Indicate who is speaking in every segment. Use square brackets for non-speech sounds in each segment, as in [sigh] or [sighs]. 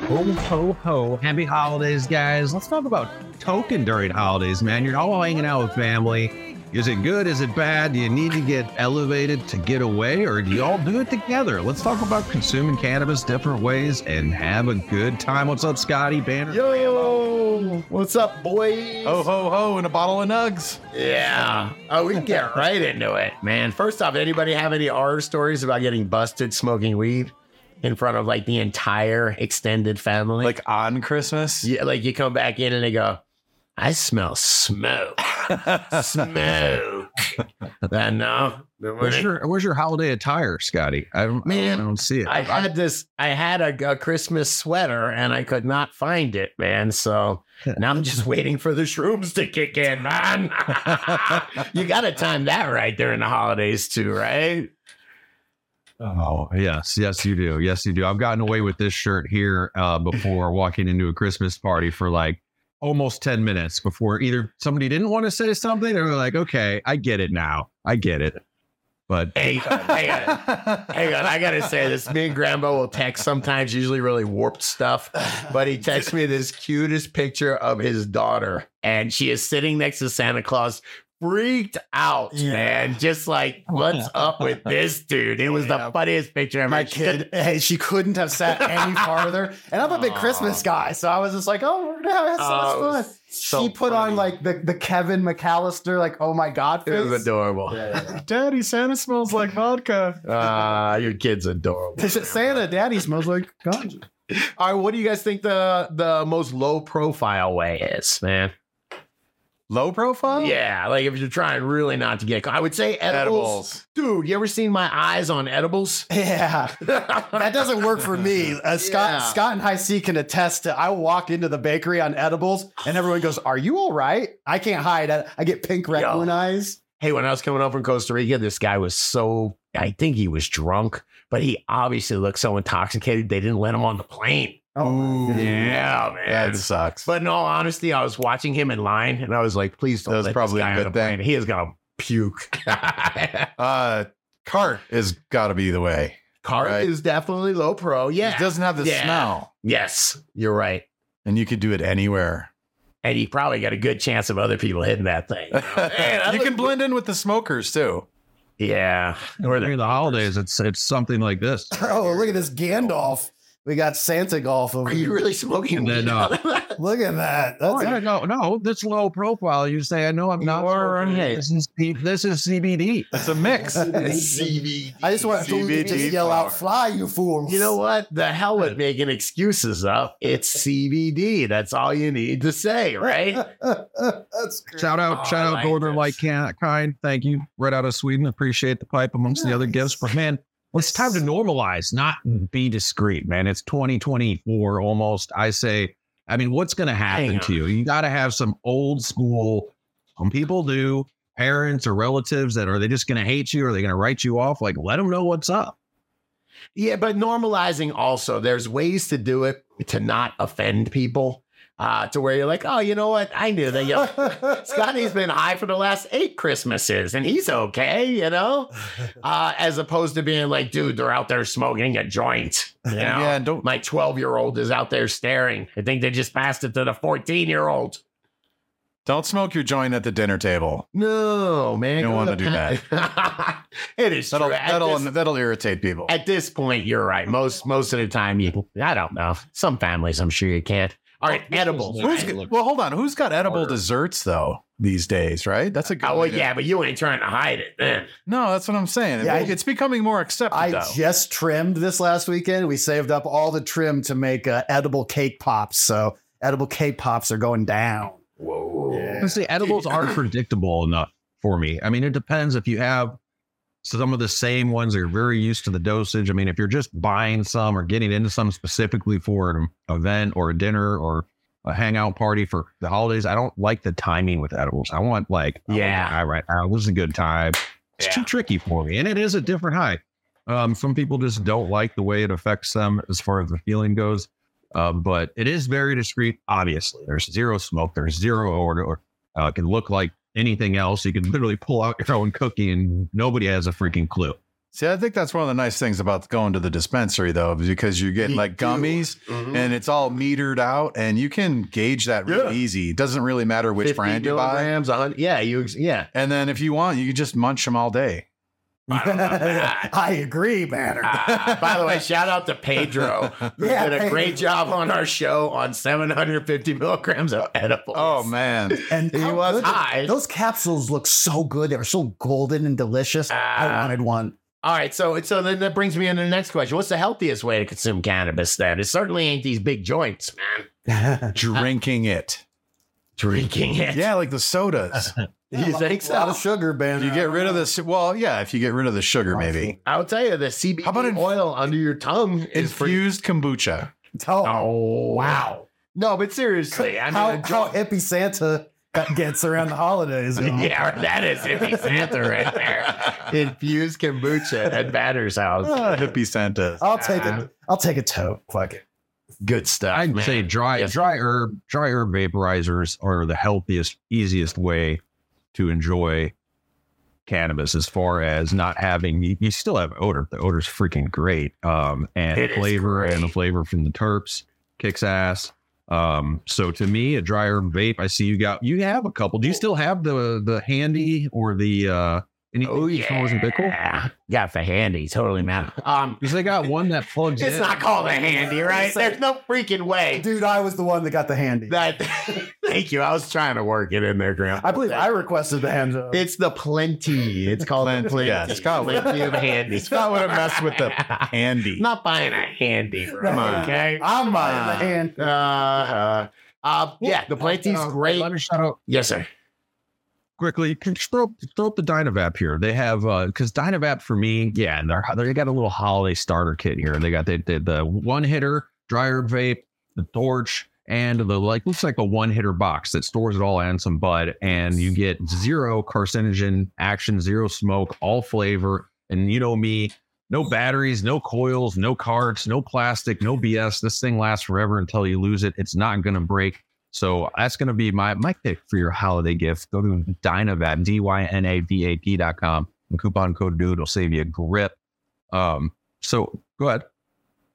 Speaker 1: Ho ho ho! Happy holidays, guys. Let's talk about token during holidays, man. You're all hanging out with family. Is it good? Is it bad? Do you need to get elevated to get away, or do you all do it together? Let's talk about consuming cannabis different ways and have a good time. What's up, Scotty Banner?
Speaker 2: Yo, what's up, boys?
Speaker 3: Ho ho ho! And a bottle of nugs.
Speaker 2: Yeah. Oh, we can get right into it, man. First off, anybody have any horror stories about getting busted smoking weed in front of like the entire extended family?
Speaker 3: Like on Christmas.
Speaker 2: yeah, like you come back in and they go, I smell smoke. smoke. then no.
Speaker 1: Where's your Where's your holiday attire, Scotty? I don't
Speaker 2: Man,
Speaker 1: I don't see it.
Speaker 2: I had this. I had a, a Christmas sweater, and I could not find it, man. [laughs] So now I'm just waiting for the shrooms to kick in, man. [laughs] you got to time that right during the holidays, too, right?
Speaker 1: Oh yes, yes you do, yes you do. I've gotten away with this shirt here uh, before [laughs] walking into a Christmas party for like almost ten minutes before either somebody didn't want to say something or were like, okay, I get it now, I get it. But
Speaker 2: Hey, hang on, hang on. I gotta say this. Me and Grandpa will text sometimes, usually really warped stuff. But he texts me this cutest picture of his daughter, and she is sitting next to Santa Claus, freaked out,
Speaker 3: Yeah.
Speaker 2: man. Just like, what's up with this dude? It was
Speaker 3: Yeah.
Speaker 2: the funniest picture ever.
Speaker 4: my kid, hey, she couldn't have sat any farther. And I'm a big
Speaker 2: Aw.
Speaker 4: Christmas guy, so I was just like, oh, we're gonna have so
Speaker 2: Oh,
Speaker 4: much fun.
Speaker 2: so
Speaker 4: she put
Speaker 2: funny.
Speaker 4: on like the, the Kevin McAllister, like, oh my God,
Speaker 2: It
Speaker 4: face.
Speaker 2: was adorable.
Speaker 4: Yeah,
Speaker 3: Daddy, Santa smells like vodka.
Speaker 2: Ah, your kid's adorable.
Speaker 4: yeah. Santa, Daddy smells like ganja.
Speaker 2: All right, what do you guys think the the most low profile way is, man?
Speaker 3: Low profile.
Speaker 2: Yeah, like if you're trying really not to get, caught. I would say edibles.
Speaker 3: Edibles.
Speaker 2: Dude, you ever seen my eyes on
Speaker 3: [laughs]
Speaker 2: edibles?
Speaker 4: Yeah, that doesn't work for
Speaker 2: [laughs]
Speaker 4: me. Uh, Scott,
Speaker 2: Yeah.
Speaker 4: Scott, and High C can attest to. I walk into the bakery on edibles, and everyone goes, "Are you all right?" I can't hide. I, I get pink raccoon eyes.
Speaker 2: hey, when I was coming up from Costa Rica, this guy was so, I think he was drunk, but he obviously looked so intoxicated, they didn't let him on the plane.
Speaker 4: Oh, my goodness.
Speaker 2: Yeah, man.
Speaker 3: That sucks.
Speaker 2: But in all honesty, I was watching him in line and I was like, please don't.
Speaker 3: That was
Speaker 2: let
Speaker 3: probably
Speaker 2: this guy
Speaker 3: a
Speaker 2: on
Speaker 3: good
Speaker 2: the plane.
Speaker 3: thing.
Speaker 2: He is going to puke. [laughs]
Speaker 3: uh, cart has got to be the way.
Speaker 2: Cart
Speaker 3: Right.
Speaker 2: is definitely low pro. Yeah.
Speaker 3: It doesn't have the
Speaker 2: Yeah.
Speaker 3: smell,
Speaker 2: yes, you're right.
Speaker 3: and you could do it anywhere.
Speaker 2: And he probably got a good chance of other people hitting that [laughs] thing.
Speaker 3: [laughs] you
Speaker 2: Oh, Man, I look-
Speaker 3: can blend in with the smokers too.
Speaker 2: Yeah. Or the-
Speaker 1: during the holidays, it's it's something like this.
Speaker 4: Oh, look at this Gandalf. We got Santa golf over
Speaker 2: Are you
Speaker 4: here.
Speaker 2: really smoking?
Speaker 1: And then, uh,
Speaker 2: weed? [laughs]
Speaker 4: Look at that. That's
Speaker 1: Oh, yeah, no, no, this low profile. You say, I know I'm
Speaker 2: You
Speaker 1: not.
Speaker 2: are
Speaker 1: smoking.
Speaker 2: right.
Speaker 1: This is this is CBD.
Speaker 3: It's
Speaker 2: [laughs]
Speaker 3: a
Speaker 1: [laughs]
Speaker 3: mix.
Speaker 2: CBD.
Speaker 4: I just want to
Speaker 3: CBD
Speaker 4: just yell out,
Speaker 3: flower.
Speaker 4: "Fly, you fools!"
Speaker 2: You know what? The hell with making excuses up. It's CBD. That's all you need to say, [laughs] right?
Speaker 4: [laughs] That's great.
Speaker 1: Shout out,
Speaker 2: Oh,
Speaker 1: shout
Speaker 2: I
Speaker 1: out,
Speaker 2: like
Speaker 1: Northern
Speaker 2: this.
Speaker 1: Light can- Kind. Thank you. Right out of Sweden. Appreciate the pipe amongst the other
Speaker 4: Nice.
Speaker 1: gifts. But man, well, it's time to normalize, not be discreet, man. It's 2024 almost. I say, I mean, what's going to happen
Speaker 2: Hang
Speaker 1: to you? You got to have some old school, some people do, parents or relatives that are they just going to hate you? Are they going to write you off? Like, let them know what's up.
Speaker 2: Yeah, but normalizing also, there's ways to do it to not offend people, uh, to where you're like, oh, you know what? I knew that. You
Speaker 4: [laughs]
Speaker 2: Scotty's been high for the last eight Christmases and he's okay, you [laughs] know? Uh, as opposed to being like, dude, they're out there smoking a joint. [laughs] You know?
Speaker 3: Yeah, and don't
Speaker 2: My 12 year old is out there staring. I think they just passed it to the 14 year old.
Speaker 3: don't smoke your joint at the dinner table.
Speaker 2: No, man.
Speaker 3: You don't
Speaker 2: go
Speaker 3: wanna
Speaker 2: the
Speaker 3: do
Speaker 2: pa- [laughs] it is
Speaker 3: That'll
Speaker 2: true. At
Speaker 3: that'll
Speaker 2: this,
Speaker 3: that'll irritate people.
Speaker 2: at this point, you're right. Most most of the time, you I don't know. Some families, I'm sure you can't. All right, edibles.
Speaker 3: Who's
Speaker 2: right?
Speaker 3: g- well, hold on. Who's got edible desserts though these days? Right? That's a good.
Speaker 2: Oh well,
Speaker 3: way to-
Speaker 2: yeah, but you ain't trying to hide it. Then.
Speaker 3: No, that's what I'm saying.
Speaker 4: Yeah, I-
Speaker 3: it's becoming more accepted
Speaker 4: I
Speaker 3: though.
Speaker 4: just trimmed this last weekend. We saved up all the trim to make uh, edible cake pops. So edible cake pops are going down.
Speaker 2: Whoa.
Speaker 1: See, edibles aren't predictable enough for me. I mean, it depends if you have some of the same ones that you're very used to the dosage. I mean, if you're just buying some or getting into some specifically for an event or a dinner or a hangout party for the holidays, I don't like the timing with edibles. I want like, I want
Speaker 2: Yeah.
Speaker 1: a high right now. It was a good time. It's too
Speaker 2: Yeah.
Speaker 1: tricky for me, and it is a different high. Um, some people just don't like the way it affects them as far as the feeling goes. Um, but it is very discreet. Obviously, there's zero smoke. There's zero odor. Uh, it can look like anything else. You can literally pull out your own cookie, and nobody has a freaking clue.
Speaker 3: See, I think that's one of the nice things about going to the dispensary, though, is because you get
Speaker 2: You
Speaker 3: like
Speaker 2: do.
Speaker 3: gummies
Speaker 2: Mhm.
Speaker 3: and it's all metered out, and you can gauge that really
Speaker 2: Yeah.
Speaker 3: easy. It doesn't really matter which
Speaker 2: 50
Speaker 3: brand you buy.
Speaker 2: milligrams, 100 Yeah, you. ex- Yeah,
Speaker 3: And then if you want, you can just munch them all day.
Speaker 2: I don't know about that.
Speaker 4: [laughs] I agree, Banner.
Speaker 2: Ah, by the way, shout out to Pedro. who
Speaker 4: Yeah,
Speaker 2: did a
Speaker 4: Pedro.
Speaker 2: great job on our show on 750 milligrams of edibles. [laughs]
Speaker 3: Oh man,
Speaker 4: And
Speaker 2: He
Speaker 4: how
Speaker 2: was
Speaker 4: good-
Speaker 2: high.
Speaker 4: Those capsules look so good. They were so golden and delicious. I
Speaker 2: Ah.
Speaker 4: wanted one. [laughs]
Speaker 2: All right, so so then that brings me into the next question. What's the healthiest way to consume cannabis? Then it certainly ain't these big joints, man.
Speaker 3: drinking it.
Speaker 2: Drinking it.
Speaker 3: Yeah, like the
Speaker 2: [laughs]
Speaker 3: sodas.
Speaker 2: you think
Speaker 4: A
Speaker 2: so?
Speaker 4: lot of sugar, Banner.
Speaker 3: You get rid of the su- well, yeah. If you get rid of the sugar, maybe
Speaker 2: I'll tell you, the CBD
Speaker 3: How about in-
Speaker 2: oil under your tongue is pretty.
Speaker 3: infused kombucha.
Speaker 4: Oh,
Speaker 2: Oh wow! No, but seriously, I mean,
Speaker 4: how,
Speaker 2: a [laughs] joint-
Speaker 4: how hippie Santa got- gets around
Speaker 2: [laughs]
Speaker 4: the holidays. you know?
Speaker 2: Yeah, that is hippie Santa right there. Infused kombucha at Batter's [laughs] house.
Speaker 3: Ah, hippie Santa.
Speaker 4: I'll take
Speaker 2: Ah.
Speaker 4: it. I'll take a tote. Fuck it.
Speaker 2: Good stuff.
Speaker 1: I'd
Speaker 2: man.
Speaker 1: say dry
Speaker 2: Yes.
Speaker 1: dry herb dry herb vaporizers are the healthiest, easiest way to enjoy cannabis as far as not having you, you still have odor. The odor's freaking great. Um and
Speaker 2: It
Speaker 1: the
Speaker 2: is
Speaker 1: flavor and the
Speaker 2: great.
Speaker 1: flavor from the terps kicks ass. Um so to me a dry herb vape, I see you got you have a couple. Do
Speaker 2: Oh.
Speaker 1: you still have the the handy or the uh anything
Speaker 2: Oh
Speaker 1: from Rose and Bickle?
Speaker 2: yeah, got the handy. Totally man. Um,
Speaker 1: Because they got one that plugs
Speaker 2: [laughs] it's
Speaker 1: in.
Speaker 2: not called a handy, [laughs] right? There's no freaking way
Speaker 4: Dude, I was the one that got the handy.
Speaker 2: that. [laughs] Thank you. I was trying to work it in there, Graham.
Speaker 4: I believe I requested the hand job.
Speaker 2: It's the plenty. It's [laughs] called the
Speaker 3: Plenty.
Speaker 2: plenty.
Speaker 3: Yeah, Scott would-
Speaker 2: plenty [laughs] of handy.
Speaker 3: Scott would have messed
Speaker 2: [laughs]
Speaker 3: with the handy.
Speaker 2: Not buying a handy. bro,
Speaker 4: Come
Speaker 3: on.
Speaker 2: Okay.
Speaker 4: I'm buying the
Speaker 3: Ah.
Speaker 4: hand.
Speaker 2: Uh, uh, uh, yeah, the plenty's
Speaker 1: Uh,
Speaker 2: great.
Speaker 1: Let me shout out
Speaker 2: Yes, sir.
Speaker 1: quickly can throw, throw up the dynavap here they have uh because dynavap for me yeah and they're they got a little holiday starter kit here they got the, the, the one hitter dryer vape the torch and the like looks like a one hitter box that stores it all and some bud and you get zero carcinogen action zero smoke all flavor and you know me no batteries no coils no carts no plastic no bs this thing lasts forever until you lose it it's not going to break so that's going to be my my pick for your holiday gift. Go to Dynavap, D Y N A V A P dot com. And coupon code dude will save you a grip. Um, so go ahead.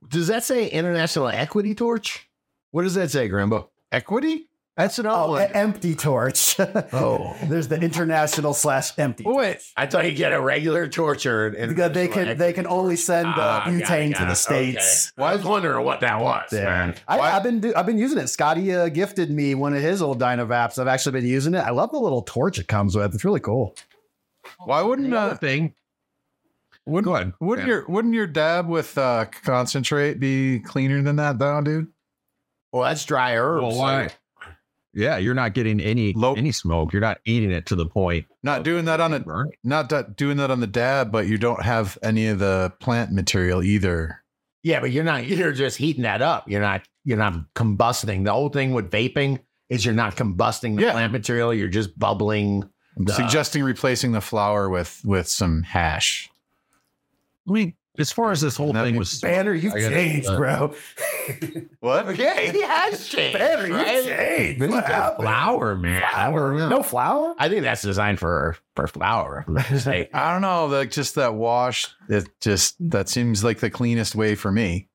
Speaker 2: Does that say International Equity Torch? What does that say, Grimbo? Equity? That's another
Speaker 4: Oh, an empty torch. [laughs]
Speaker 2: Oh.
Speaker 4: There's the international slash empty.
Speaker 2: Well, wait, I thought you get a regular torture. And
Speaker 4: Because they can they can only send uh,
Speaker 2: Ah, got it,
Speaker 4: butane
Speaker 2: got
Speaker 4: to
Speaker 2: it.
Speaker 4: the states.
Speaker 2: Okay. I was wondering what that was.
Speaker 4: Yeah.
Speaker 2: man.
Speaker 4: I,
Speaker 3: Why-
Speaker 4: I've been do, I've been using it. Scotty uh, gifted me one of his old Dynavaps. I've actually been using it. I love the little torch it comes with. It's really cool.
Speaker 3: Why wouldn't
Speaker 1: Another
Speaker 3: uh,
Speaker 1: thing. go ahead.
Speaker 3: wouldn't your wouldn't your dab with uh, concentrate be cleaner than that though, dude?
Speaker 2: Well, that's dry herbs.
Speaker 1: Well, why? Yeah, you're not getting any
Speaker 3: Low-
Speaker 1: any smoke. You're not eating it to the point.
Speaker 3: Not doing that on a
Speaker 1: Burn.
Speaker 3: not do- doing that on the dab, but you don't have any of the plant material either.
Speaker 2: Yeah, but you're not. You're just heating that up. You're not. You're not combusting. The whole thing with vaping is you're not combusting the
Speaker 3: Yeah.
Speaker 2: plant material. You're just bubbling.
Speaker 3: I'm
Speaker 2: Duh.
Speaker 3: suggesting replacing the flour with with some hash.
Speaker 1: I mean, as far as this whole
Speaker 3: That
Speaker 1: thing
Speaker 3: makes-
Speaker 1: was
Speaker 4: Banner, you've
Speaker 1: I gotta-
Speaker 4: changed, bro.
Speaker 3: What?
Speaker 2: Okay, he has changed.
Speaker 4: Banner, you've changed.
Speaker 2: This
Speaker 4: What
Speaker 2: is
Speaker 4: happened?
Speaker 2: flour, man.
Speaker 4: No flour?
Speaker 2: I think that's designed for for
Speaker 4: [laughs]
Speaker 2: flour. Hey,
Speaker 3: I don't know. Like just that wash. It just that seems like the cleanest way for me.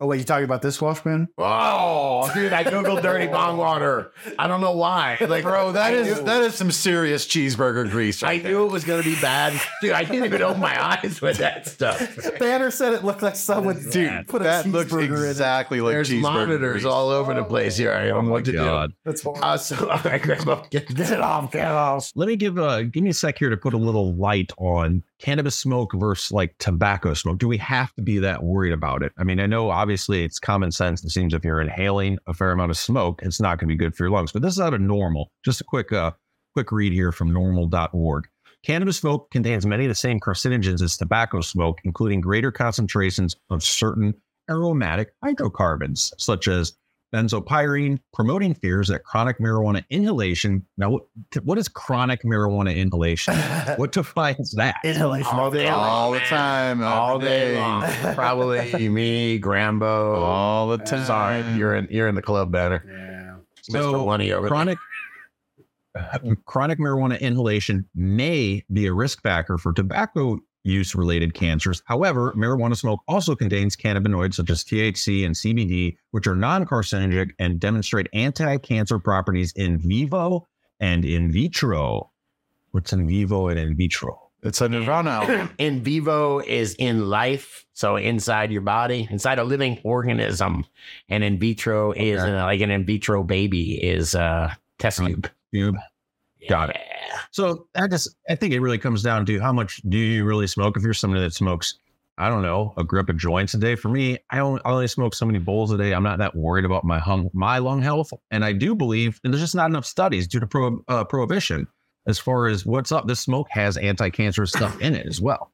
Speaker 4: Oh wait, you talking about this
Speaker 2: [laughs]
Speaker 4: wash man?
Speaker 2: oh, dude, I googled dirty bong water. I don't know why. Like,
Speaker 3: Bro, that
Speaker 2: I
Speaker 3: is
Speaker 2: knew-
Speaker 3: that is some serious cheeseburger grease.
Speaker 2: I
Speaker 3: right there.
Speaker 2: knew it was gonna be bad, dude. I didn't even open my [laughs] eyes with that stuff.
Speaker 4: Banner said it looked like someone
Speaker 3: Dude,
Speaker 4: put a
Speaker 3: that looks
Speaker 4: cheeseburger in it.
Speaker 3: exactly like
Speaker 2: There's
Speaker 3: cheeseburger
Speaker 2: monitors
Speaker 3: grease.
Speaker 2: all over the place here. I don't know what to do.
Speaker 1: Oh God.
Speaker 4: That's horrible.
Speaker 2: Uh, so, [laughs] all right, Grandma, get
Speaker 4: Get it off, get it off.
Speaker 1: Let me give uh give me a sec here to put a little light on cannabis smoke versus like tobacco smoke. Do we have to be that worried about it? I mean, I know obviously it's common sense. It seems if you're inhaling a fair amount of smoke, it's not going to be good for your lungs. But this is out of normal. Just a quick uh quick read here from normal.org. Cannabis smoke contains many of the same carcinogens as tobacco smoke, including greater concentrations of certain aromatic hydrocarbons, such as benzopyrene, promoting fears that chronic marijuana inhalation. Now, what, what is chronic marijuana inhalation? what defines that?
Speaker 4: Inhalation.
Speaker 2: all day
Speaker 3: all
Speaker 2: long,
Speaker 3: the
Speaker 2: man. [laughs]
Speaker 3: time,
Speaker 2: all
Speaker 3: every
Speaker 2: day long.
Speaker 4: [laughs]
Speaker 2: Probably me, Grambo.
Speaker 3: all the
Speaker 4: Uh,
Speaker 3: time.
Speaker 2: Sorry, you're in you're in the club better.
Speaker 4: Yeah.
Speaker 2: Mr. Lunny over there.
Speaker 1: chronic uh, chronic marijuana inhalation may be a risk factor for tobacco use related cancers. However, marijuana smoke also contains cannabinoids such as THC and CBD, which are non carcinogenic and demonstrate anti cancer properties in vivo and in vitro. What's in vivo and in vitro?
Speaker 3: It's a
Speaker 2: [coughs]
Speaker 3: Nirvana album.
Speaker 2: [clears throat] in vivo is in life, so inside your body, inside a living organism, and in vitro is
Speaker 1: Okay.
Speaker 2: uh, like an in vitro baby is a test
Speaker 1: Right.
Speaker 2: tube.
Speaker 1: Tube. Got it.
Speaker 2: Yeah.
Speaker 1: So I just I think it really comes down to how much do you really smoke? If you're somebody that smokes, I don't know, a grip of joints a day. For me, I only, I only smoke so many bowls a day. I'm not that worried about my hung, my lung health, and I do believe and there's just not enough studies due to pro, uh, prohibition as far as what's up. This smoke has anti-cancer stuff in it as well.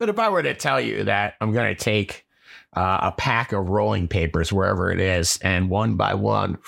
Speaker 2: But if I were to tell you that I'm going to take uh, a pack of rolling papers, wherever it is, and one by one,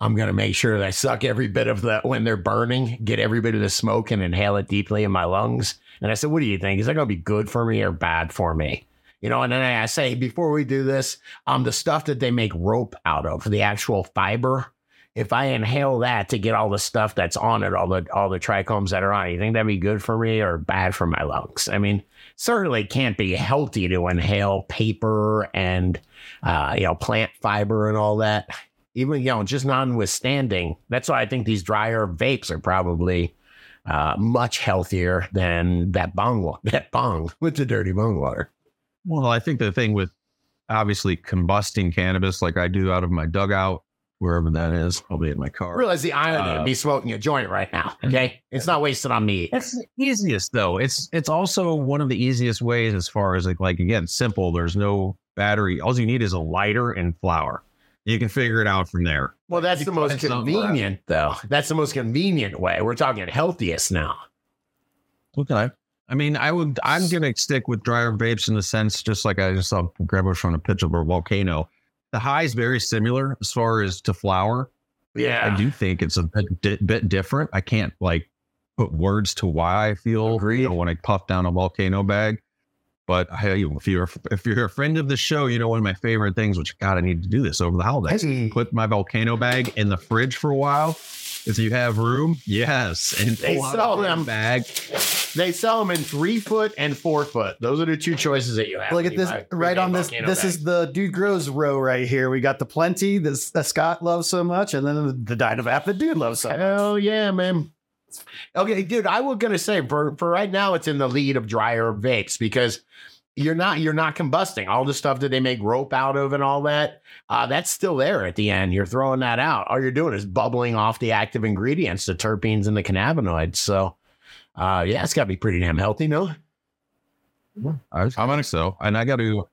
Speaker 2: I'm going to make sure that I suck every bit of the when they're burning, get every bit of the smoke and inhale it deeply in my lungs. And I said, What do you think? Is that going to be good for me or bad for me? You know, and then I say, Before we do this, um, the stuff that they make rope out of, the actual fiber. If I inhale that to get all the stuff that's on it, all the all the trichomes that are on it, you think that'd be good for me or bad for my lungs? I mean, certainly can't be healthy to inhale paper and uh, you know plant fiber and all that. Even you know, just notwithstanding, that's why I think these drier vapes are probably uh, much healthier than that bong wa- [laughs] that bong with the dirty bong water.
Speaker 1: Well, I think the thing with obviously combusting cannabis, like I do out of my dugout, wherever that is, probably in my car.
Speaker 2: Realize the irony
Speaker 1: Uh,
Speaker 2: of me smoking a joint right now. Okay, it's not wasted on me.
Speaker 1: It's the easiest though. It's it's also one of the easiest ways as far as like like again simple. There's no battery. All you need is a lighter and flour. You can figure it out from there.
Speaker 2: Well, that's the most
Speaker 1: It's not
Speaker 2: convenient, though. That's the most convenient way. We're talking healthiest now.
Speaker 1: Okay. I mean, I would. I'm gonna stick with drier vapes in the sense, just like I just saw Grandpa from a pitch of a volcano. The high is very similar as far as to flour.
Speaker 2: Yeah,
Speaker 1: I do think it's a bit, di- bit different. I can't like put words to why I feel
Speaker 3: Agreed.
Speaker 1: you know, when I puff down a volcano bag. But hey, if you're if you're a friend of the show, you know one of my favorite things, which God, I need to do this over the holidays. Put my volcano bag in the fridge for a while. If you have room, yes, and
Speaker 2: They
Speaker 1: pull out a
Speaker 2: sell
Speaker 1: big
Speaker 2: them.
Speaker 1: bag.
Speaker 2: They sell them in three foot and four foot. Those are the two choices that you have.
Speaker 4: Look at this right on this. This is the dude grows row right here. We got the plenty that that Scott loves so much, and then the Dynavap that dude loves so much.
Speaker 2: hell Oh, yeah, man. Okay, dude, I was gonna say for for right now, it's in the lead of drier vapes because you're not you're not combusting all the stuff that they make rope out of and all that. Uh, that's still there at the end. You're throwing that out. All you're doing is bubbling off the active ingredients, the terpenes and the cannabinoids. So, uh, yeah, it's got to be pretty damn healthy, no?
Speaker 1: I was,
Speaker 3: I'm gonna
Speaker 1: so, and I got to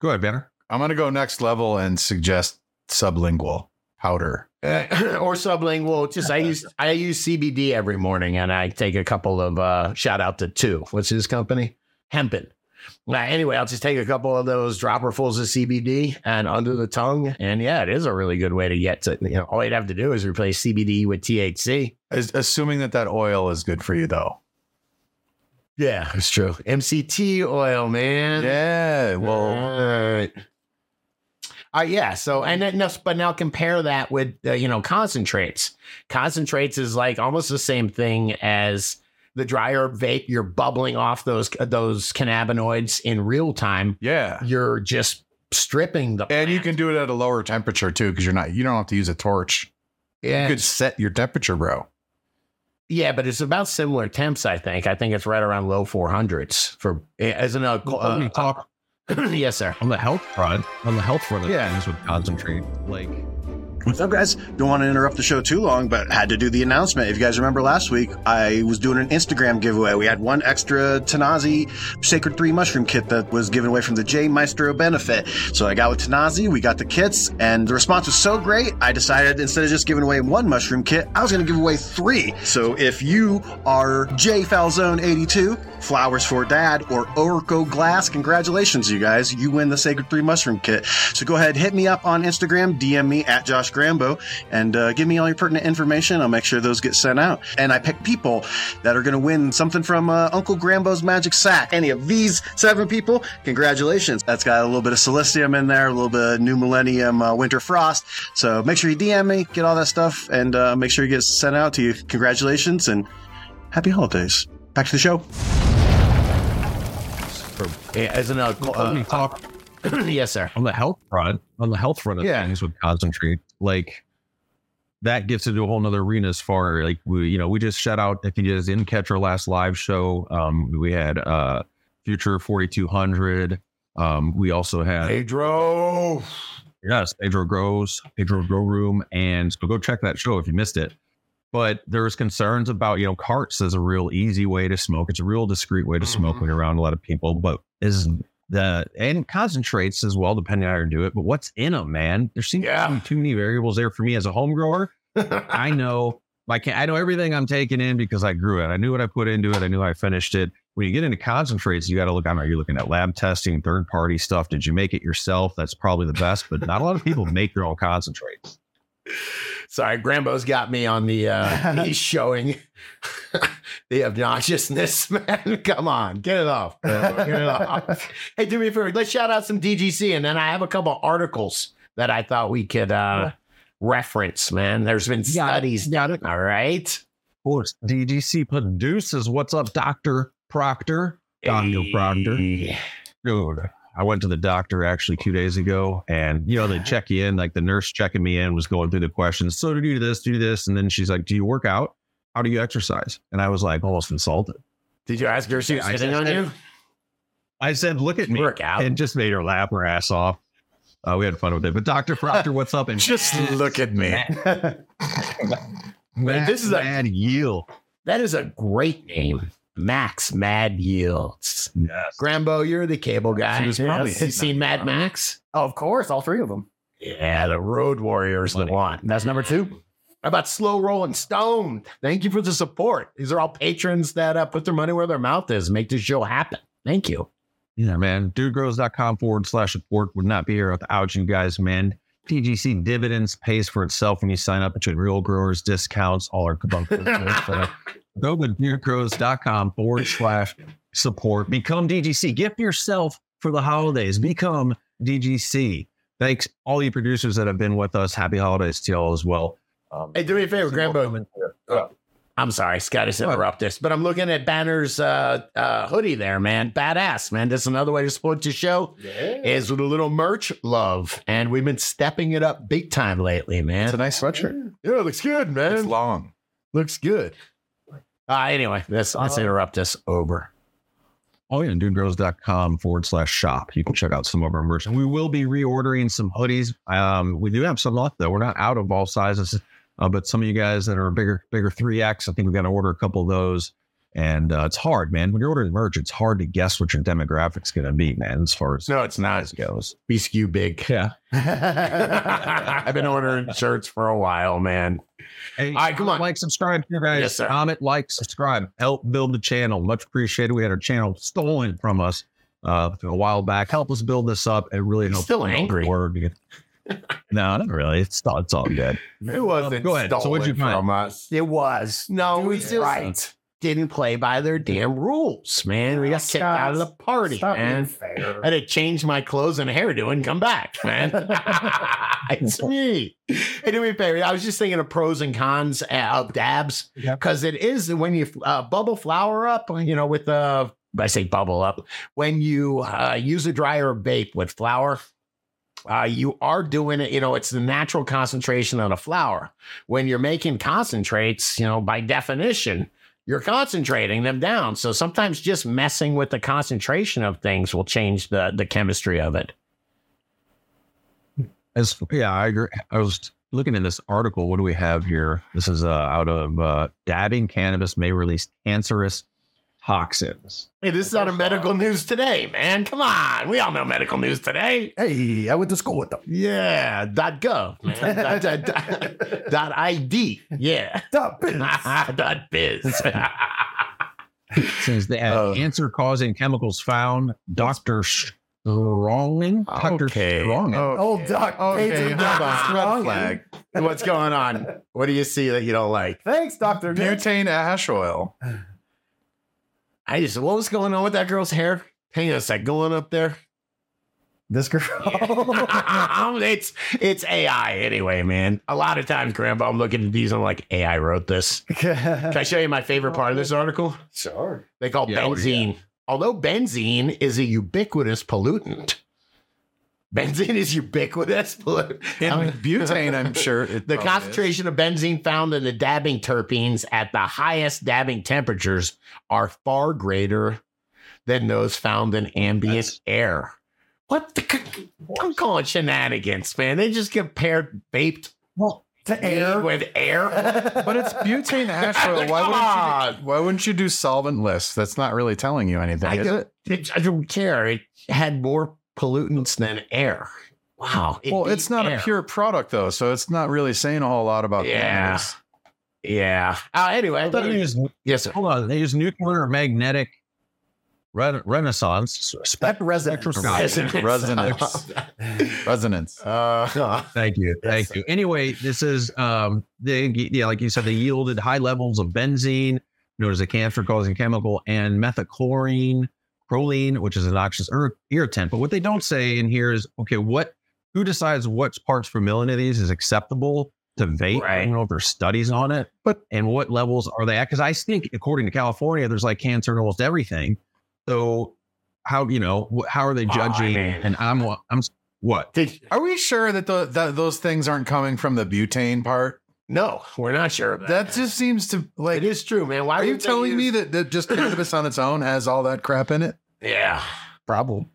Speaker 1: go ahead, Banner.
Speaker 3: I'm gonna go next level and suggest sublingual powder.
Speaker 2: Uh, [laughs] or sublingual. Just I [laughs] use I use CBD every morning, and I take a couple of uh, shout out to two. What's his company? Hempen. Uh, anyway, I'll just take a couple of those dropperfuls of CBD and under the tongue, and yeah, it is a really good way to get to. You know, all you'd have to do is replace CBD with THC.
Speaker 3: As, assuming that that oil is good for you, though.
Speaker 2: Yeah, it's true. MCT oil, man.
Speaker 3: Yeah.
Speaker 2: Mm-hmm.
Speaker 3: Well,
Speaker 2: Right. Uh, yeah. So, and then, no, but now compare that with, uh, you know, concentrates. Concentrates is like almost the same thing as the dryer vape. You're bubbling off those, uh, those cannabinoids in real time.
Speaker 3: yeah.
Speaker 2: You're just stripping the,
Speaker 3: And you can do it at a lower temperature too, because you're not. You don't have to use a torch.
Speaker 2: yeah,
Speaker 3: You could set your temperature, bro.
Speaker 2: yeah, but it's about similar temps. I think, I think it's right around low four hundreds for, as an, uh,
Speaker 1: Let me talk
Speaker 2: [clears throat] yes, sir.
Speaker 1: on the health front, on the health front of
Speaker 3: Yeah.
Speaker 1: things with concentrate, like
Speaker 5: What's up, guys? Don't want to interrupt the show too long, but had to do the announcement. If you guys remember last week, I was doing an Instagram giveaway. We had one extra Tanazi Sacred Three mushroom kit that was given away from the J Maestro benefit. So I got with Tanazi, we got the kits, and the response was so great. I decided instead of just giving away one mushroom kit, I was going to give away three. So if you are J Falzone 82, Flowers for Dad, or Orco Glass, congratulations, you guys. You win the Sacred Three mushroom kit. So go ahead, hit me up on Instagram, DM me at Josh Grambo, and uh, give me all your pertinent information. I'll make sure those get sent out. And I pick people that are going to win something from uh, Uncle Grambo's Magic Sack. Any of these seven people, congratulations. That's got a little bit of Celestium in there, a little bit of New Millennium uh, Winter Frost. So make sure you DM me, get all that stuff, and uh, make sure it gets sent out to you. Congratulations and happy holidays. Back to the show.
Speaker 2: Yeah, as an uh, co-
Speaker 1: Let me
Speaker 2: uh,
Speaker 1: talk
Speaker 2: [clears throat] yes, sir.
Speaker 1: on the health front, on the health front of
Speaker 3: Yeah.
Speaker 1: things with concentrate, like that gets into a whole nother arena as far like we, you know, we just shut out, if you guys didn't catch our last live show, um, we had uh Future 4200. Um, we also had
Speaker 2: [laughs] Pedro.
Speaker 1: Yes, Pedro Grows, Pedro Grow Room, and so go check that show if you missed it. But there's concerns about you know carts is a real easy way to smoke. It's a real discreet way to smoke
Speaker 2: Mhm.
Speaker 1: when you're around a lot of people. But is the and concentrates as well, depending on how you do it. But what's in them, man? There seems
Speaker 2: Yeah.
Speaker 1: to be too many variables there for me as a home grower. I know I can I know everything I'm taking in because I grew it. I knew what I put into it. I knew how I finished it. When you get into concentrates, you got to look. I know you're looking at lab testing, third party stuff. Did you make it yourself? That's probably the best, but not a lot of people make their own concentrates.
Speaker 2: Sorry, Grambo's got me on the. uh He's showing [laughs] the obnoxiousness, [laughs] man. Come on, get it off. Grambo, Get it off. [laughs] hey, do me a favor. Let's shout out some DGC, and then I have a couple articles that I thought we could uh reference. Man, there's been
Speaker 1: Yeah.
Speaker 2: studies done. All right.
Speaker 1: Of course, DGC produces. What's up, Doctor Proctor? Doctor Proctor.
Speaker 2: Hey.
Speaker 1: dude i went to the doctor actually two days ago and you know [gasps] they check you in like the nurse checking me in was going through the questions so do you do this do this and then she's like do you work out how do you exercise and i was like almost insulted
Speaker 2: Did you ask her if she was
Speaker 1: Yeah, I
Speaker 2: hitting
Speaker 1: just
Speaker 2: on
Speaker 1: did.
Speaker 2: you?
Speaker 1: i said look at me
Speaker 2: Work out.
Speaker 1: and just made her laugh her ass off uh, we had fun with it but dr proctor what's up and
Speaker 3: Just look at
Speaker 2: [laughs]
Speaker 3: me.
Speaker 1: Matt-
Speaker 2: this is a-
Speaker 1: mad yield
Speaker 2: That is a great name. Max Mad Yields.
Speaker 1: yes
Speaker 2: Grambo, you're the cable guy.
Speaker 3: He was probably
Speaker 2: Yes. you seen Mad Max?
Speaker 4: Oh, of course, all three of them.
Speaker 2: Yeah, the Road Warriors the
Speaker 1: Funny.
Speaker 2: one.
Speaker 4: That's number two.
Speaker 2: How about Slow Rolling Stone? Thank you for the support. These are all patrons that uh, put their money where their mouth is, make this show happen. Thank you.
Speaker 1: yeah man dudegrows.com forward slash support would not be here without you guys man TGC dividends pays for itself when you sign up between real growers discounts all our kabunk uh, go to deercrows.com forward slash support. Become DGC. Gift yourself for the holidays. Become DGC. Thanks, all you producers that have been with us. Happy holidays to y'all as well. Um,
Speaker 2: Hey, do me a favor, Oh. Grambo. I'm sorry, Scotty's
Speaker 1: What?
Speaker 2: interrupt this, but I'm looking at Banner's uh, uh, hoodie there, man. Badass, man. That's another way to support the show is with a little merch love. And we've been stepping it up big time lately, man.
Speaker 3: It's a nice sweatshirt.
Speaker 2: Yeah, looks good, man.
Speaker 3: It's long.
Speaker 2: looks good. Uh, anyway, let's, let's interrupt this over.
Speaker 1: Oh yeah, dudegrows.com forward slash shop. You can check out some of our merch. And we will be reordering some hoodies. Um, we do have some left though. We're not out of all sizes. Uh, but some of you guys that are bigger, bigger 3X, I think we've got to order a couple of those. And uh, it's hard, man. When you're ordering merch, it's hard to guess what your demographic's gonna be, man, as far as
Speaker 2: No, it's not.
Speaker 1: goes.
Speaker 2: Be skew big.
Speaker 1: Yeah.
Speaker 2: [laughs] I've been ordering shirts for a while, man.
Speaker 1: Hey,
Speaker 2: All right, come on.
Speaker 1: Like, subscribe, you guys.
Speaker 2: Yes, sir.
Speaker 1: Comment, like, subscribe. Help build the channel. Much appreciated. We had our channel stolen from us uh, a while back. Help us build this up. It really
Speaker 2: He's
Speaker 1: helps.
Speaker 2: still
Speaker 1: promote the
Speaker 2: angry.
Speaker 1: Word.
Speaker 2: [laughs]
Speaker 1: no, not really. It's all, it's all good. Um,
Speaker 2: It wasn't.
Speaker 1: Go ahead. So what'd you
Speaker 2: stolen
Speaker 1: find?
Speaker 2: from us?
Speaker 4: It was.
Speaker 2: No,
Speaker 4: Dude,
Speaker 2: we
Speaker 4: it's
Speaker 2: just didn't play by their damn rules, man. We got kicked
Speaker 4: Scott,
Speaker 2: out of the party,
Speaker 4: Ah, Stop being
Speaker 2: man.
Speaker 4: fair.
Speaker 2: I had to change my clothes and hairdo and come back, man. [laughs] it's me. Hey, do me a favor. I was just thinking of pros and cons uh, of dabs
Speaker 4: Yep.
Speaker 2: because it is when you uh, bubble flower up, you know, with the I say bubble up when you uh, use a dryer vape with flour. Uh, you are doing it, you know, it's the natural concentration of the flour. When you're making concentrates, you know, by definition, you're concentrating them down. So sometimes just messing with the concentration of things will change the the chemistry of it.
Speaker 1: As yeah, I agree. I was looking at this article. What do we have here? This is uh, out of uh, dabbing cannabis may release cancerous toxins.
Speaker 2: Hey, this is out of medical news today, man. Come on. We all know medical news today.
Speaker 4: Hey, I went to school with them.
Speaker 2: Yeah. Dot gov,
Speaker 4: [laughs]
Speaker 2: man. dot, dot, dot, dot ID. Yeah. [laughs]
Speaker 4: Stop it.
Speaker 2: dot biz. [laughs]
Speaker 1: Since they have
Speaker 3: Uh.
Speaker 1: cancer-causing chememicals found, Doctor Stronging, Doctor
Speaker 2: Okay.
Speaker 1: Stronging.
Speaker 4: Oh, Doc.
Speaker 3: Okay,
Speaker 4: Page
Speaker 3: hold
Speaker 4: of Dr.
Speaker 3: on. Red
Speaker 4: Strongly.
Speaker 3: flag.
Speaker 2: What's going on? What do you see that you don't like?
Speaker 4: Thanks, Dr. Nick.
Speaker 3: Butane ash oil.
Speaker 2: I just, what was going on with that girl's hair? Hang on a sec. Going up there.
Speaker 4: This
Speaker 3: [laughs]
Speaker 4: girl. [laughs]
Speaker 2: [laughs] it's it's AI anyway, man. A lot of times, Grandpa, I'm looking at these. I'm like, AI wrote this. Can I show you my favorite part of this article?
Speaker 4: sure.
Speaker 2: They call
Speaker 1: Yeah, what do you
Speaker 2: benzene although benzene is a ubiquitous pollutant, benzene is ubiquitous pollutant.
Speaker 3: In [laughs]
Speaker 2: I mean,
Speaker 3: butane, I'm sure. It
Speaker 2: the
Speaker 3: probably
Speaker 2: concentration of benzene found in the dabbing terpenes at the highest dabbing temperatures are far greater than those found in ambient
Speaker 1: That's-
Speaker 2: air. What the? c- I'm calling shenanigans, man. They just compare vaped
Speaker 4: Well, to air.
Speaker 2: with air.
Speaker 3: [laughs] is. But it's butane ash oil. Why [laughs]
Speaker 2: Come
Speaker 3: wouldn't, you, why wouldn't you do solventless? That's not really telling you anything.
Speaker 2: I
Speaker 3: is it?
Speaker 2: don't, it- I don't care. It had more pollutants than air. Wow. It
Speaker 3: Well,
Speaker 2: beat
Speaker 3: it's not
Speaker 2: air.
Speaker 3: a pure product though, so it's not really saying a whole lot about
Speaker 2: Yeah.
Speaker 3: cannabis.
Speaker 2: Yeah. Uh, anyway.
Speaker 1: But they just,
Speaker 2: yes, sir.
Speaker 1: hold on. They use nuclear magnetic re- renaissance.
Speaker 4: That resonance.
Speaker 1: Spectroscopic.
Speaker 3: [laughs] Resonance. Resonance.
Speaker 2: Uh, [laughs]
Speaker 1: Thank you.
Speaker 2: Yes.
Speaker 1: Thank you. Anyway, this is um they yeah, like you said, they yielded high levels of benzene, known as a cancer causing chemical, and methachlorine, proline, which is a noxious ir- irritant. But what they don't say in here is okay, what who decides what parts per million of these is acceptable to vape? I
Speaker 2: Right.
Speaker 1: don't know if there's studies on it,
Speaker 3: But-
Speaker 1: and what levels are they at? Because I think according to California, there's like cancer in almost everything. So how you know wh- how are they
Speaker 2: Oh,
Speaker 1: judging?
Speaker 2: man.
Speaker 1: and I'm I'm what
Speaker 2: did,
Speaker 3: Are we sure that, tho- that those things aren't coming from the butane part?
Speaker 2: no, we're not sure. of
Speaker 3: That just seems to like.
Speaker 2: it is true, man. Why
Speaker 3: Are you telling me that, that just cannabis on its own has all that crap in it?
Speaker 2: that? Yeah.
Speaker 4: Problem.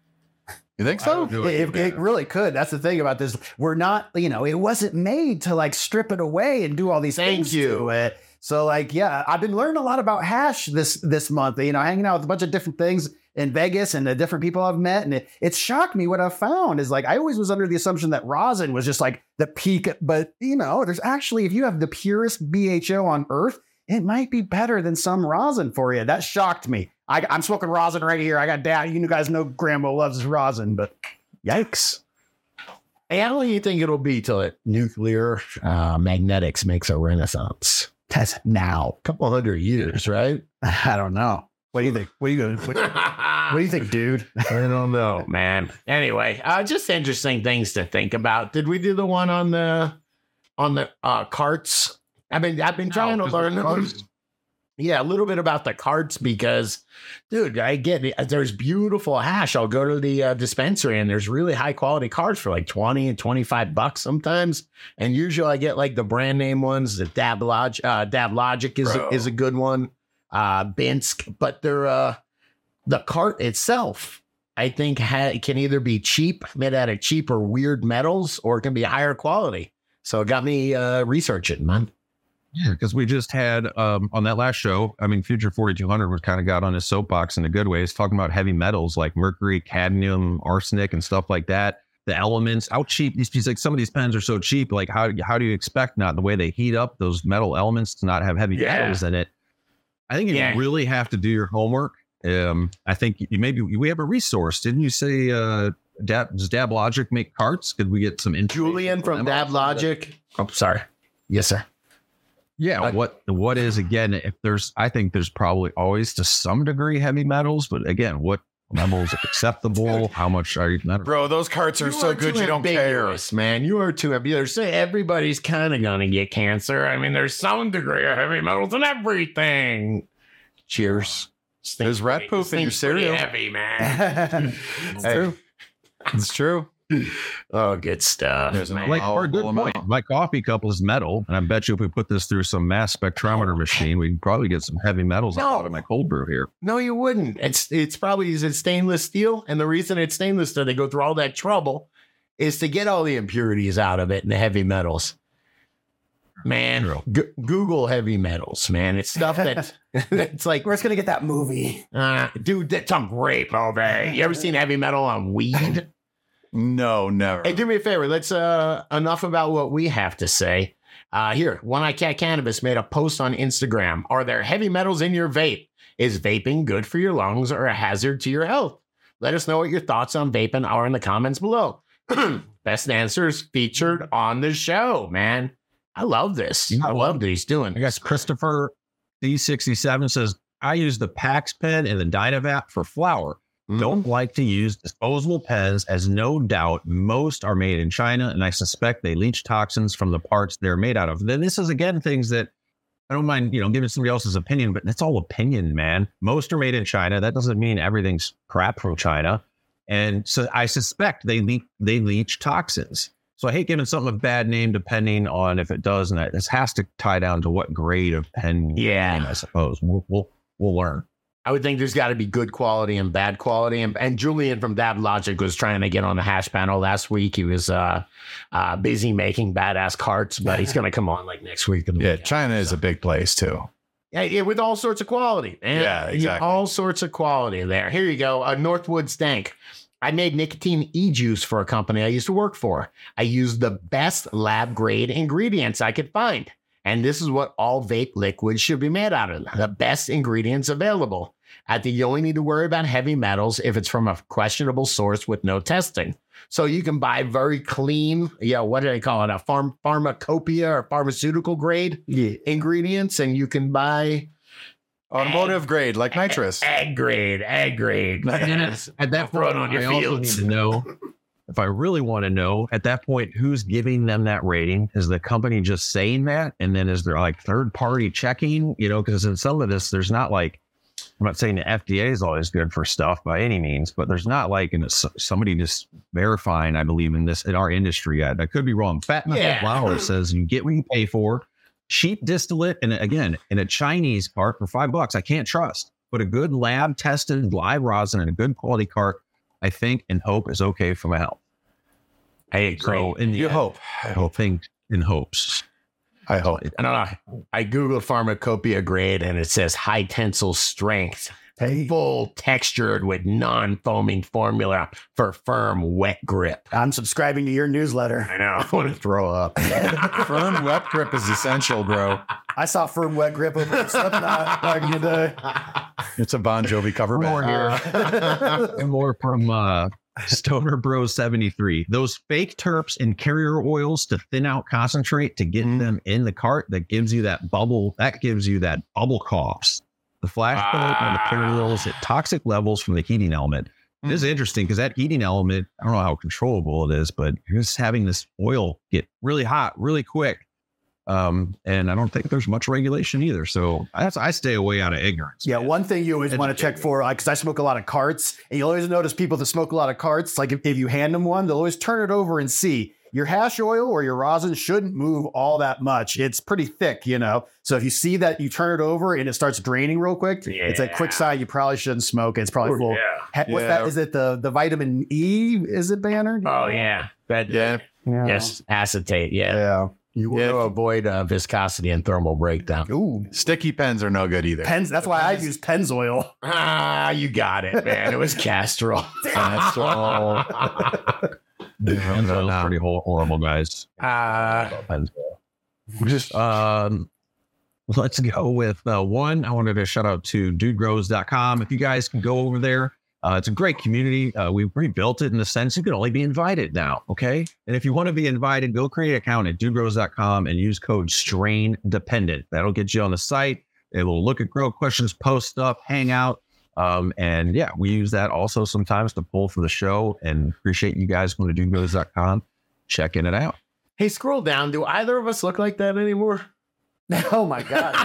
Speaker 3: You think
Speaker 1: I
Speaker 3: so?
Speaker 1: don't do it.
Speaker 4: It, it really could. That's the thing about this. We're not, you know, it wasn't made to like strip it away and do all these
Speaker 2: Thank
Speaker 4: things
Speaker 2: you.
Speaker 4: to it. So like, yeah, I've been learning a lot about hash this this month. You know, hanging out with a bunch of different things in Vegas and the different people I've met, and it, it shocked me what I found is like I always was under the assumption that rosin was just like the peak, but you know, there's actually if you have the purest BHO on earth, it might be better than some rosin for you. That shocked me. I, I'm smoking rosin right here. I got dad. You guys know Grandma loves rosin, but Yikes.
Speaker 2: Hey, how long do you think it'll be till it nuclear uh, magnetics makes a renaissance?
Speaker 4: That's now.
Speaker 2: A couple hundred years, [laughs] right?
Speaker 4: I don't know. What do you think? What do you going? What, what do you think,
Speaker 2: [laughs]
Speaker 4: dude?
Speaker 2: I don't know, man. Anyway, uh, just interesting things to think about. Did we do the one on the on the uh, carts? I've been I've been trying to learn. Yeah, a little bit about the carts because, dude, I get it. Uh, There's beautiful hash. I'll go to the uh, dispensary and there's really high quality carts for like 20 and 25 bucks sometimes. And usually I get like the brand name ones. The Dab, Log- uh, Dab Logic is,
Speaker 3: Bro.
Speaker 2: is a good one, uh, Binsk, but they're, uh, the cart itself, I think, ha- can either be cheap, made out of cheap or weird metals, or it can be higher quality. So it got me uh, researching, man.
Speaker 1: Yeah, because we just had um, on that last show. I mean, Future 4200 was kind of got on his soapbox in a good way. He's talking about heavy metals like mercury, cadmium, arsenic, and stuff like that. The elements, how cheap these? He's like, some of these pens are so cheap. Like, how how do you expect not the way they heat up those metal elements to not have heavy
Speaker 2: Yeah.
Speaker 1: metals in it? I think you
Speaker 2: Yeah.
Speaker 1: really have to do your homework. Um, I think you maybe we have a resource. Didn't you say uh, Dab, does Dab Logic make carts? Could we get some information
Speaker 2: Julian from
Speaker 1: them?
Speaker 2: Dab Logic. Oh, sorry. Yes,
Speaker 4: [laughs]
Speaker 2: sir.
Speaker 1: Yeah,
Speaker 2: Like-
Speaker 1: what what is again? If there's, I think there's probably always to some degree heavy metals, but again, what level is
Speaker 2: [laughs]
Speaker 1: acceptable? How much are you? I don't-
Speaker 3: [laughs] Bro, those carts are so good you don't care.
Speaker 2: ambiguous, man. You are too ambiguous. Say everybody's kind of gonna get cancer. I mean, there's some degree of heavy metals in everything. Cheers.
Speaker 3: There's rat poop in your cereal.
Speaker 2: Heavy man.
Speaker 4: That's
Speaker 2: Hey.
Speaker 4: true.
Speaker 3: It's true.
Speaker 2: [laughs] Oh, good stuff.
Speaker 3: There's an
Speaker 2: man.
Speaker 1: Like for a good
Speaker 3: Powerful amount.
Speaker 1: point, my coffee cup is metal, and I bet you if we put this through some mass spectrometer machine, we can probably get some heavy metals out
Speaker 2: Oh, No.
Speaker 1: of my cold brew here.
Speaker 2: No, you wouldn't. It's it's probably is it stainless steel, and the reason it's stainless steel, they go through all that trouble, is to get all the impurities out of it and the heavy metals. Man,
Speaker 1: True.
Speaker 2: G- Google heavy metals, man. It's stuff that it's like,
Speaker 4: We're just gonna get that movie.
Speaker 2: uh, dude, that's on grape all day. You ever seen heavy metal on weed?
Speaker 1: [laughs]
Speaker 3: No, never.
Speaker 2: Hey, do me a favor. Let's uh enough about what we have to say. Uh here, One Eye Cat Cannabis made a post on Instagram. Are there heavy metals in your vape? Is vaping good for your lungs or a hazard to your health? Let us know what your thoughts on vaping are in the comments below. [clears throat] Best answers featured on the show, man. I love this.
Speaker 1: You know
Speaker 2: I love that he's doing.
Speaker 1: I guess Christopher D67 says, I use the PAX pen and the Dynavap for flour. Don't like to use disposable pens, as no doubt most are made in China, and I suspect they leach toxins from the parts they're made out of. Then this is again things that I don't mind, you know, giving somebody else's opinion, but that's all opinion, man. Most are made in China. That doesn't mean everything's crap from China. And so I suspect they leak they leach toxins. So I hate giving something a bad name depending on if it does, and that this has to tie down to what grade of pen. you're
Speaker 2: Yeah.
Speaker 1: in, I suppose we'll we'll, we'll learn.
Speaker 2: I would think there's got to be good quality and bad quality. And, and Julian from Dab Logic was trying to get on the hash panel last week. He was uh, uh, busy making badass carts, but
Speaker 3: [laughs]
Speaker 2: he's going to come on like next week. or the
Speaker 3: Yeah,
Speaker 2: week after,
Speaker 3: China is
Speaker 2: so.
Speaker 3: a big place too.
Speaker 2: Yeah, yeah, with all sorts of quality. And,
Speaker 3: Yeah,
Speaker 2: you know,
Speaker 3: exactly.
Speaker 2: all sorts of quality there. Here you go. A Northwood Stank. I made nicotine e juice for a company I used to work for. I used the best lab grade ingredients I could find. And this is what all vape liquids should be made out of the best ingredients available. At the, you only need to worry about heavy metals if it's from a questionable source with no testing. So you can buy very clean, yeah, what do they call it? A farm pharmacopoeia or pharmaceutical grade
Speaker 4: Yeah.
Speaker 2: ingredients, and you can buy
Speaker 3: Automotive grade, like nitrous.
Speaker 2: Ag grade, ag grade. Yes.
Speaker 1: At that
Speaker 2: Throw it
Speaker 1: point,
Speaker 2: on your
Speaker 1: I also need
Speaker 2: fields.
Speaker 1: to know [laughs] if I really want to know. At that point, who's giving them that rating? Is the company just saying that, and then is there like third party checking? You know, because in some of this, there's not like I'm not saying the FDA is always good for stuff by any means, but there's not like an, s- somebody just verifying. I believe in this in our industry yet. I could be wrong. Fat Knuckle
Speaker 2: Yeah.
Speaker 1: Flour says you get what you pay for. Cheap distillate, and again, in a Chinese cart for five bucks, I can't trust. But a good lab tested live rosin and a good quality cart, I think and hope is okay for my health.
Speaker 2: I agree.
Speaker 1: So in the
Speaker 3: You
Speaker 1: end,
Speaker 3: hope. I
Speaker 1: I
Speaker 3: hope.
Speaker 1: think in hopes.
Speaker 3: I [laughs] hope.
Speaker 2: I don't know. I googled pharmacopoeia grade, and it says high tensile strength,
Speaker 4: Hey,
Speaker 2: full textured with non-foaming formula for firm wet grip.
Speaker 4: I'm subscribing to your newsletter.
Speaker 2: I know. [laughs] I want
Speaker 4: [laughs]
Speaker 2: to throw up.
Speaker 3: Firm wet grip is essential, bro.
Speaker 4: I saw firm wet grip over Slipknot back in the day.
Speaker 2: [laughs]
Speaker 3: It's a Bon Jovi cover band.
Speaker 4: [laughs]
Speaker 1: and more from uh, Stoner Bro 73. Those fake terps and carrier oils to thin out concentrate to get
Speaker 3: Mm.
Speaker 1: them in the cart that gives you that bubble, that gives you that bubble coughs. The flash bulb and the
Speaker 2: Ah.
Speaker 1: parallels at toxic levels from the heating element. This is interesting because that heating element, I don't know how controllable it is, but you're just having this oil get really hot really quick. Um, and I don't think there's much regulation either. So that's I stay away out of ignorance.
Speaker 4: Yeah, one thing you always want to check
Speaker 1: Educated.
Speaker 4: for, because I smoke a lot of carts, and you'll always notice people that smoke a lot of carts, like if, if you hand them one, they'll always turn it over and see. Your hash oil or your rosin shouldn't move all that much. It's pretty thick, you know? So if you see that you turn it over and it starts draining real quick, it's a
Speaker 2: Yeah.
Speaker 4: quick sign you probably shouldn't smoke. It's probably full.
Speaker 2: yeah.
Speaker 4: Ha- What's
Speaker 3: Yeah.
Speaker 4: that? Is it the, the vitamin E? Is it Banner?
Speaker 2: Oh yeah. That,
Speaker 3: Yeah.
Speaker 4: Yeah.
Speaker 2: Yes. Acetate. Yeah.
Speaker 4: Yeah.
Speaker 2: You want
Speaker 3: Yeah.
Speaker 2: to avoid uh, viscosity and thermal breakdown.
Speaker 4: Ooh.
Speaker 3: Sticky pens are no good either.
Speaker 4: Pens. That's why I use Pens oil.
Speaker 2: [laughs]
Speaker 4: [laughs]
Speaker 2: Ah, you got it, man. It was Castrol.
Speaker 3: Castrol.
Speaker 1: Benzoyl's [laughs] pretty hor- horrible, guys.
Speaker 2: [laughs] Uh,
Speaker 1: Benzo.
Speaker 3: Just uh,
Speaker 1: Um, let's go with uh, one. I wanted to shout out to dudegrows.com. If you guys can go over there, uh, it's a great community. Uh, we've rebuilt it in the sense you can only be invited now. Okay. And if you want to be invited, go create an account at dudegrows.com and use code strain dependent. That'll get you on the site. It will look at grow questions, post stuff, hang out. Um, and yeah, we use that also sometimes to pull for the show and appreciate you guys going to dudegrows.com, checking it out.
Speaker 2: Hey, scroll down. Do either of us look like that anymore?
Speaker 4: Oh my [laughs] god.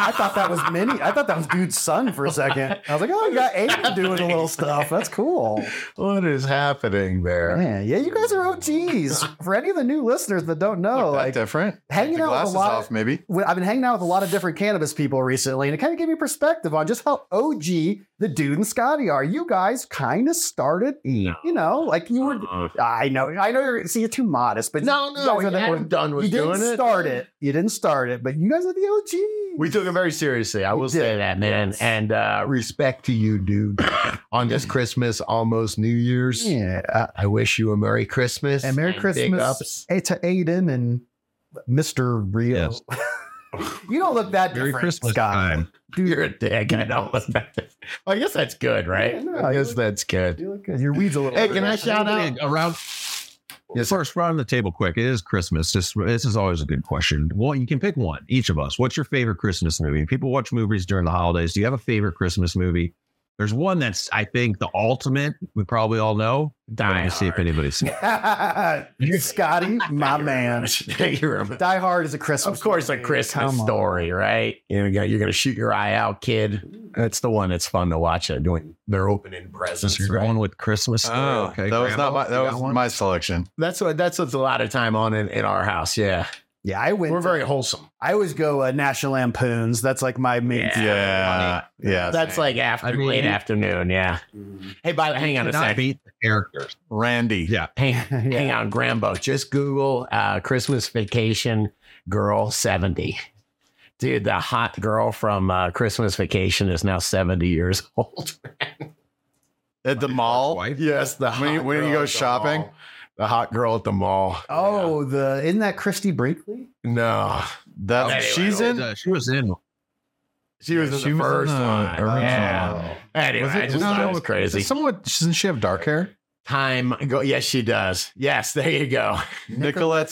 Speaker 4: I thought that was Minnie. I thought that was dude's son for a second. I was like, oh, you got Aiden doing a little stuff. That's cool.
Speaker 2: What is happening there?
Speaker 4: Man, yeah, you guys are OTs. For any of the new listeners that don't know,
Speaker 3: not that
Speaker 4: like
Speaker 3: different.
Speaker 4: hanging
Speaker 3: Take the
Speaker 4: out with a
Speaker 3: glasses
Speaker 4: lot of-
Speaker 3: off, maybe.
Speaker 4: when- I've been hanging out with a lot of different cannabis people recently, and it kind of gave me perspective on just how OG the dude and Scotty are. You guys kind of started,
Speaker 2: [laughs] No.
Speaker 4: you know, like you were. I know, I know. You're see, you're too modest, but
Speaker 2: No,
Speaker 4: you
Speaker 2: no,
Speaker 4: guys are the-
Speaker 2: I'm done with
Speaker 4: you
Speaker 2: doing
Speaker 4: didn't
Speaker 2: it.
Speaker 4: start it. You didn't start it, but you guys are the OGs.
Speaker 2: We took it very seriously. I
Speaker 4: We
Speaker 2: will
Speaker 4: did.
Speaker 2: say that, man.
Speaker 4: Yes.
Speaker 2: And uh, respect to you,
Speaker 4: [laughs]
Speaker 2: dude. On this Christmas, almost New Year's,
Speaker 4: yeah. uh,
Speaker 2: I wish you a Merry Christmas
Speaker 4: And Merry
Speaker 2: big
Speaker 4: Christmas.
Speaker 2: ups.
Speaker 4: Hey, to Aiden and Mr. Rio.
Speaker 1: Yes.
Speaker 4: [laughs] you don't look that
Speaker 1: Merry
Speaker 4: different,
Speaker 1: Christmas
Speaker 4: Scott.
Speaker 1: time.
Speaker 2: You're a dick. I know. I guess that's good, right?
Speaker 4: Yeah, no,
Speaker 2: I
Speaker 4: you
Speaker 2: guess
Speaker 4: look-
Speaker 2: that's good.
Speaker 4: You look good. Your weeds a little.
Speaker 2: Hey, can I shout out?
Speaker 1: Around
Speaker 2: Yes,
Speaker 1: First, round the table quick. It is Christmas. This, this is always a good question. Well, you can pick one, each of us. What's your favorite Christmas movie? People watch movies during the holidays. Do you have a favorite Christmas movie? There's one that's I think the ultimate. We probably all know.
Speaker 2: Die
Speaker 1: Let's see if
Speaker 2: Hard.
Speaker 1: anybody's seen. it.
Speaker 4: [laughs] Scotty, my man.
Speaker 2: [laughs] You're a-
Speaker 4: Die Hard is a Christmas.
Speaker 2: of course, a
Speaker 4: movie.
Speaker 2: Christmas
Speaker 4: Come on.
Speaker 2: story, right? You know, you got- you're going to shoot your eye out, kid. That's the one that's fun to watch. They're doing their opening presents.
Speaker 1: You're
Speaker 2: Right? Oh,
Speaker 1: going with Christmas. Story, okay,
Speaker 3: that was
Speaker 1: Grandma?
Speaker 3: not my that
Speaker 1: You got
Speaker 3: was
Speaker 1: one?
Speaker 3: my selection.
Speaker 2: That's what that's what's a lot of time on in, in our house. Yeah,
Speaker 4: Yeah, I went.
Speaker 2: we're very wholesome.
Speaker 4: I always go uh, National Lampoons. That's like my main.
Speaker 2: Yeah.
Speaker 3: Yeah, yeah.
Speaker 2: That's like after
Speaker 1: I mean-
Speaker 2: late afternoon. Yeah. Hey, by the hang on a
Speaker 1: Not
Speaker 2: sec.
Speaker 1: beat the characters.
Speaker 3: Randy.
Speaker 1: Yeah.
Speaker 2: Hang,
Speaker 4: [laughs] Yeah.
Speaker 2: hang on, Grambo. Just Google uh, Christmas Vacation Girl 70. Dude, the hot girl from uh, Christmas Vacation is now 70 years [laughs] old.
Speaker 3: at the mall.
Speaker 1: Wife?
Speaker 2: Yes, the
Speaker 3: When you-
Speaker 2: hot
Speaker 3: when you
Speaker 2: girl
Speaker 3: go
Speaker 2: at the
Speaker 3: shopping?
Speaker 2: mall. The hot girl at the mall.
Speaker 4: Oh, the isn't that Christy Brinkley?
Speaker 2: Yeah. no.
Speaker 3: That
Speaker 2: Anyway,
Speaker 3: she's in.
Speaker 1: Uh, she was in.
Speaker 2: She was in the
Speaker 3: She was in
Speaker 2: first
Speaker 3: the
Speaker 2: one.
Speaker 3: original.
Speaker 2: Yeah. Anyway,
Speaker 3: Was
Speaker 2: I just
Speaker 3: was
Speaker 2: thought it
Speaker 3: it-
Speaker 2: was crazy.
Speaker 3: Somewhat. Doesn't she have dark hair?
Speaker 2: Time go. Yes, she does. Yes, there you go.
Speaker 3: Nicolette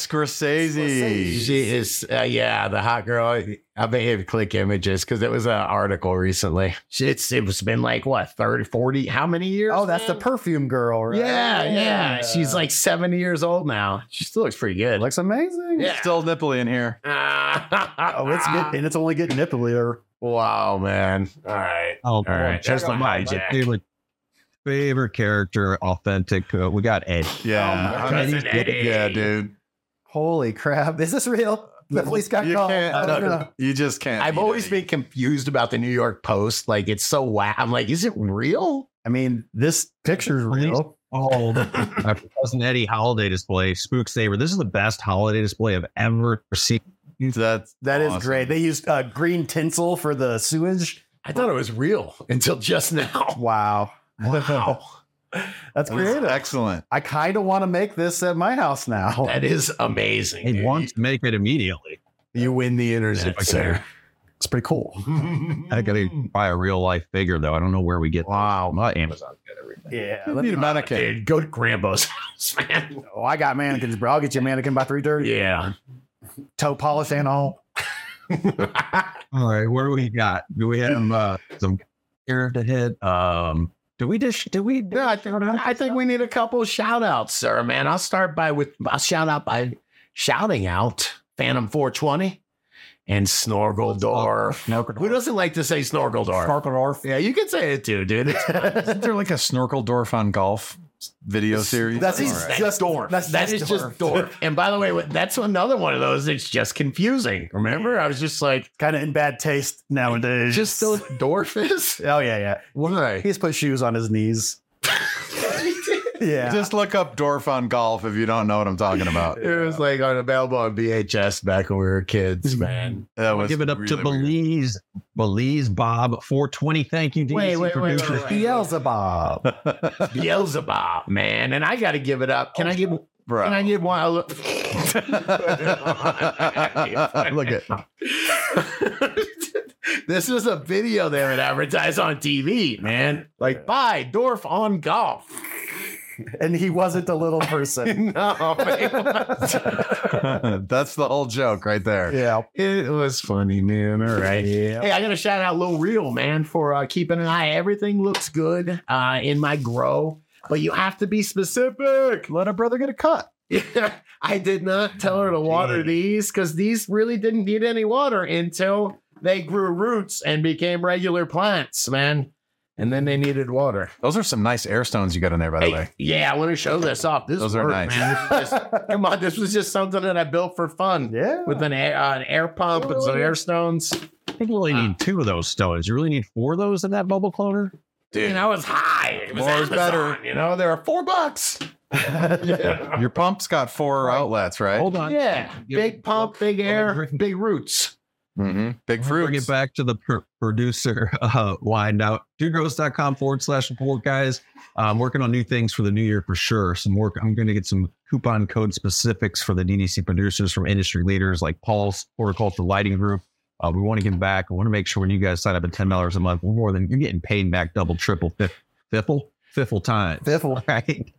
Speaker 3: Scorsese.
Speaker 2: She is, uh, yeah, the hot girl. I may have click images because it was an article recently. It's it's been like what 30, 40, how many years?
Speaker 4: Oh, that's the perfume girl, right?
Speaker 2: yeah, yeah, She's like seventy years old now. She still looks pretty good.
Speaker 4: looks amazing.
Speaker 2: [laughs] Yeah.
Speaker 3: Still nipply in here.
Speaker 4: Oh,
Speaker 2: oh,
Speaker 4: it's good, and it's only getting nipplier.
Speaker 2: Wow, man. All right.
Speaker 1: Oh,
Speaker 2: All right,
Speaker 1: check
Speaker 2: that's
Speaker 1: out
Speaker 2: my hijack.
Speaker 1: favorite, favorite character, authentic. Uh, we got Ed.
Speaker 3: Yeah.
Speaker 2: Oh, my
Speaker 3: I mean,
Speaker 2: cousin Eddie.
Speaker 3: yeah, dude.
Speaker 4: Holy crap! Is this real? The police got
Speaker 3: you
Speaker 4: called.
Speaker 3: can't.
Speaker 4: I don't
Speaker 3: no,
Speaker 4: know.
Speaker 3: You just can't.
Speaker 2: I've
Speaker 3: beat
Speaker 2: always
Speaker 3: Eddie.
Speaker 2: been confused about the New York Post. Like it's so wow. I'm like, is it real?
Speaker 4: I mean, this picture's
Speaker 1: Police-
Speaker 4: real.
Speaker 1: Oh, [laughs] my cousin Eddie holiday display, Spook Saver. This is the best holiday display I've ever seen.
Speaker 3: That's
Speaker 4: That is
Speaker 3: awesome.
Speaker 4: great. They used uh, green tinsel for the sewage.
Speaker 2: I thought it was real [laughs] until just now.
Speaker 4: Wow,
Speaker 2: Wow.
Speaker 4: [laughs] that's
Speaker 3: That's
Speaker 4: creative.
Speaker 3: excellent.
Speaker 4: I kind of want to make this at my house now.
Speaker 2: That is amazing.
Speaker 1: They
Speaker 2: dude.
Speaker 1: want to make it immediately.
Speaker 2: You win the
Speaker 1: Yeah,
Speaker 2: internet,
Speaker 1: sir.
Speaker 2: sir.
Speaker 4: It's pretty cool.
Speaker 2: [laughs]
Speaker 1: I gotta buy a real life figure though. I don't know where we get.
Speaker 2: Wow.
Speaker 1: My Amazon got everything.
Speaker 4: Yeah.
Speaker 3: You
Speaker 4: let me-
Speaker 3: need a
Speaker 2: [laughs]
Speaker 3: mannequin.
Speaker 2: Dude, go to Grambo's [laughs] house, man.
Speaker 4: oh, I got mannequins, bro. I'll get you a mannequin by three
Speaker 2: [laughs]
Speaker 4: thirty.
Speaker 2: Yeah.
Speaker 4: Toe polish and all.
Speaker 1: All right, what do we got? Do we have uh, some here to hit? Um, do we dish? Do we?
Speaker 2: no, I think I think we need a couple shout outs, sir, man. I'll start by with I'll shout out by shouting out Phantom 420 and Snorgeldorf. Who doesn't like to say Snorgeldorf?
Speaker 4: Snorkeldorf.
Speaker 2: Yeah, you can say it too,
Speaker 4: [laughs]
Speaker 2: dude.
Speaker 3: Isn't there like a Snorkeldorf on golf video series?
Speaker 4: That's
Speaker 3: All
Speaker 4: he's
Speaker 3: right.
Speaker 4: just
Speaker 2: Dorf.
Speaker 4: That's,
Speaker 2: That is just Dorf. And by the way, that's another one of those. It's just confusing. Remember, I was just like,
Speaker 4: kind of in bad taste nowadays.
Speaker 2: just the Dorf is
Speaker 4: Oh yeah, yeah.
Speaker 2: why.
Speaker 4: He's put shoes on
Speaker 2: [laughs]
Speaker 4: his knees. Yeah.
Speaker 3: Just look up Dorf on golf if you don't know what I'm talking
Speaker 2: [laughs]
Speaker 3: about.
Speaker 2: It was like on available on VHS back when we were kids, man.
Speaker 3: That was
Speaker 1: Give it up to
Speaker 3: really weird.
Speaker 1: Belize, Belize Bob 420. Thank you, DNC
Speaker 2: Wait, wait, wait, wait,
Speaker 1: producer.
Speaker 2: wait.
Speaker 4: Beelzebub.
Speaker 2: Beelzebub, man. And I got to give it up. Can I give?
Speaker 3: Bro. [laughs]
Speaker 2: Can I give one? I'll Look, [laughs]
Speaker 3: Look at [laughs]
Speaker 2: this is a video they would advertise on TV, man. Like, buy Dorf on
Speaker 4: [laughs]
Speaker 2: golf.
Speaker 4: and he wasn't a little person.
Speaker 2: no,
Speaker 4: [laughs]
Speaker 2: it was.
Speaker 3: That's the whole joke right there.
Speaker 4: yeah.
Speaker 2: It was funny, man. All [laughs] right. Hey, I got to shout out Lil Real, man, for uh, keeping an eye. Everything looks good uh, in my grow, but you have to be specific.
Speaker 4: Let a brother get a cut.
Speaker 2: [laughs]
Speaker 4: Oh,
Speaker 2: I did not tell her to water these because these really didn't need any water until they grew roots and became regular plants, man. And then they needed water.
Speaker 3: Those are some nice air stones you got in there, by the
Speaker 2: Hey,
Speaker 3: way.
Speaker 2: yeah, I want to show this off. This
Speaker 3: Those are
Speaker 2: worked,
Speaker 3: nice.
Speaker 2: man. This is just- come on, this was just something that I built for fun
Speaker 4: Yeah.
Speaker 2: with an air, uh, an air pump and some air stones.
Speaker 1: I think you only need two of those stones. You really need four of those in that bubble cloner?
Speaker 2: Dude, and I was high. It was
Speaker 3: More is
Speaker 2: Amazon,
Speaker 3: better.
Speaker 2: You know, there are four bucks. yeah.
Speaker 3: Your pump's got four outlets, right?
Speaker 1: Hold on. Give-
Speaker 2: Big pump, big air,
Speaker 1: drink.
Speaker 2: big roots.
Speaker 3: hmm Big
Speaker 1: Bring it
Speaker 3: fruit.
Speaker 1: back to the pr- producer uh, wind out. Dudegross.com forward slash support, guys. I'm working on new things for the new year for sure. Some work. I'm going to get some coupon code specifics for the DDC producers from industry leaders like Paul's Horticulture Lighting Group. Uh, we want to give back. I want to make sure when you guys sign up at $10 a month, we're more than you're getting paid back double, triple, fif- fiffle, fiffle time.
Speaker 4: Biffle.
Speaker 1: [laughs] right?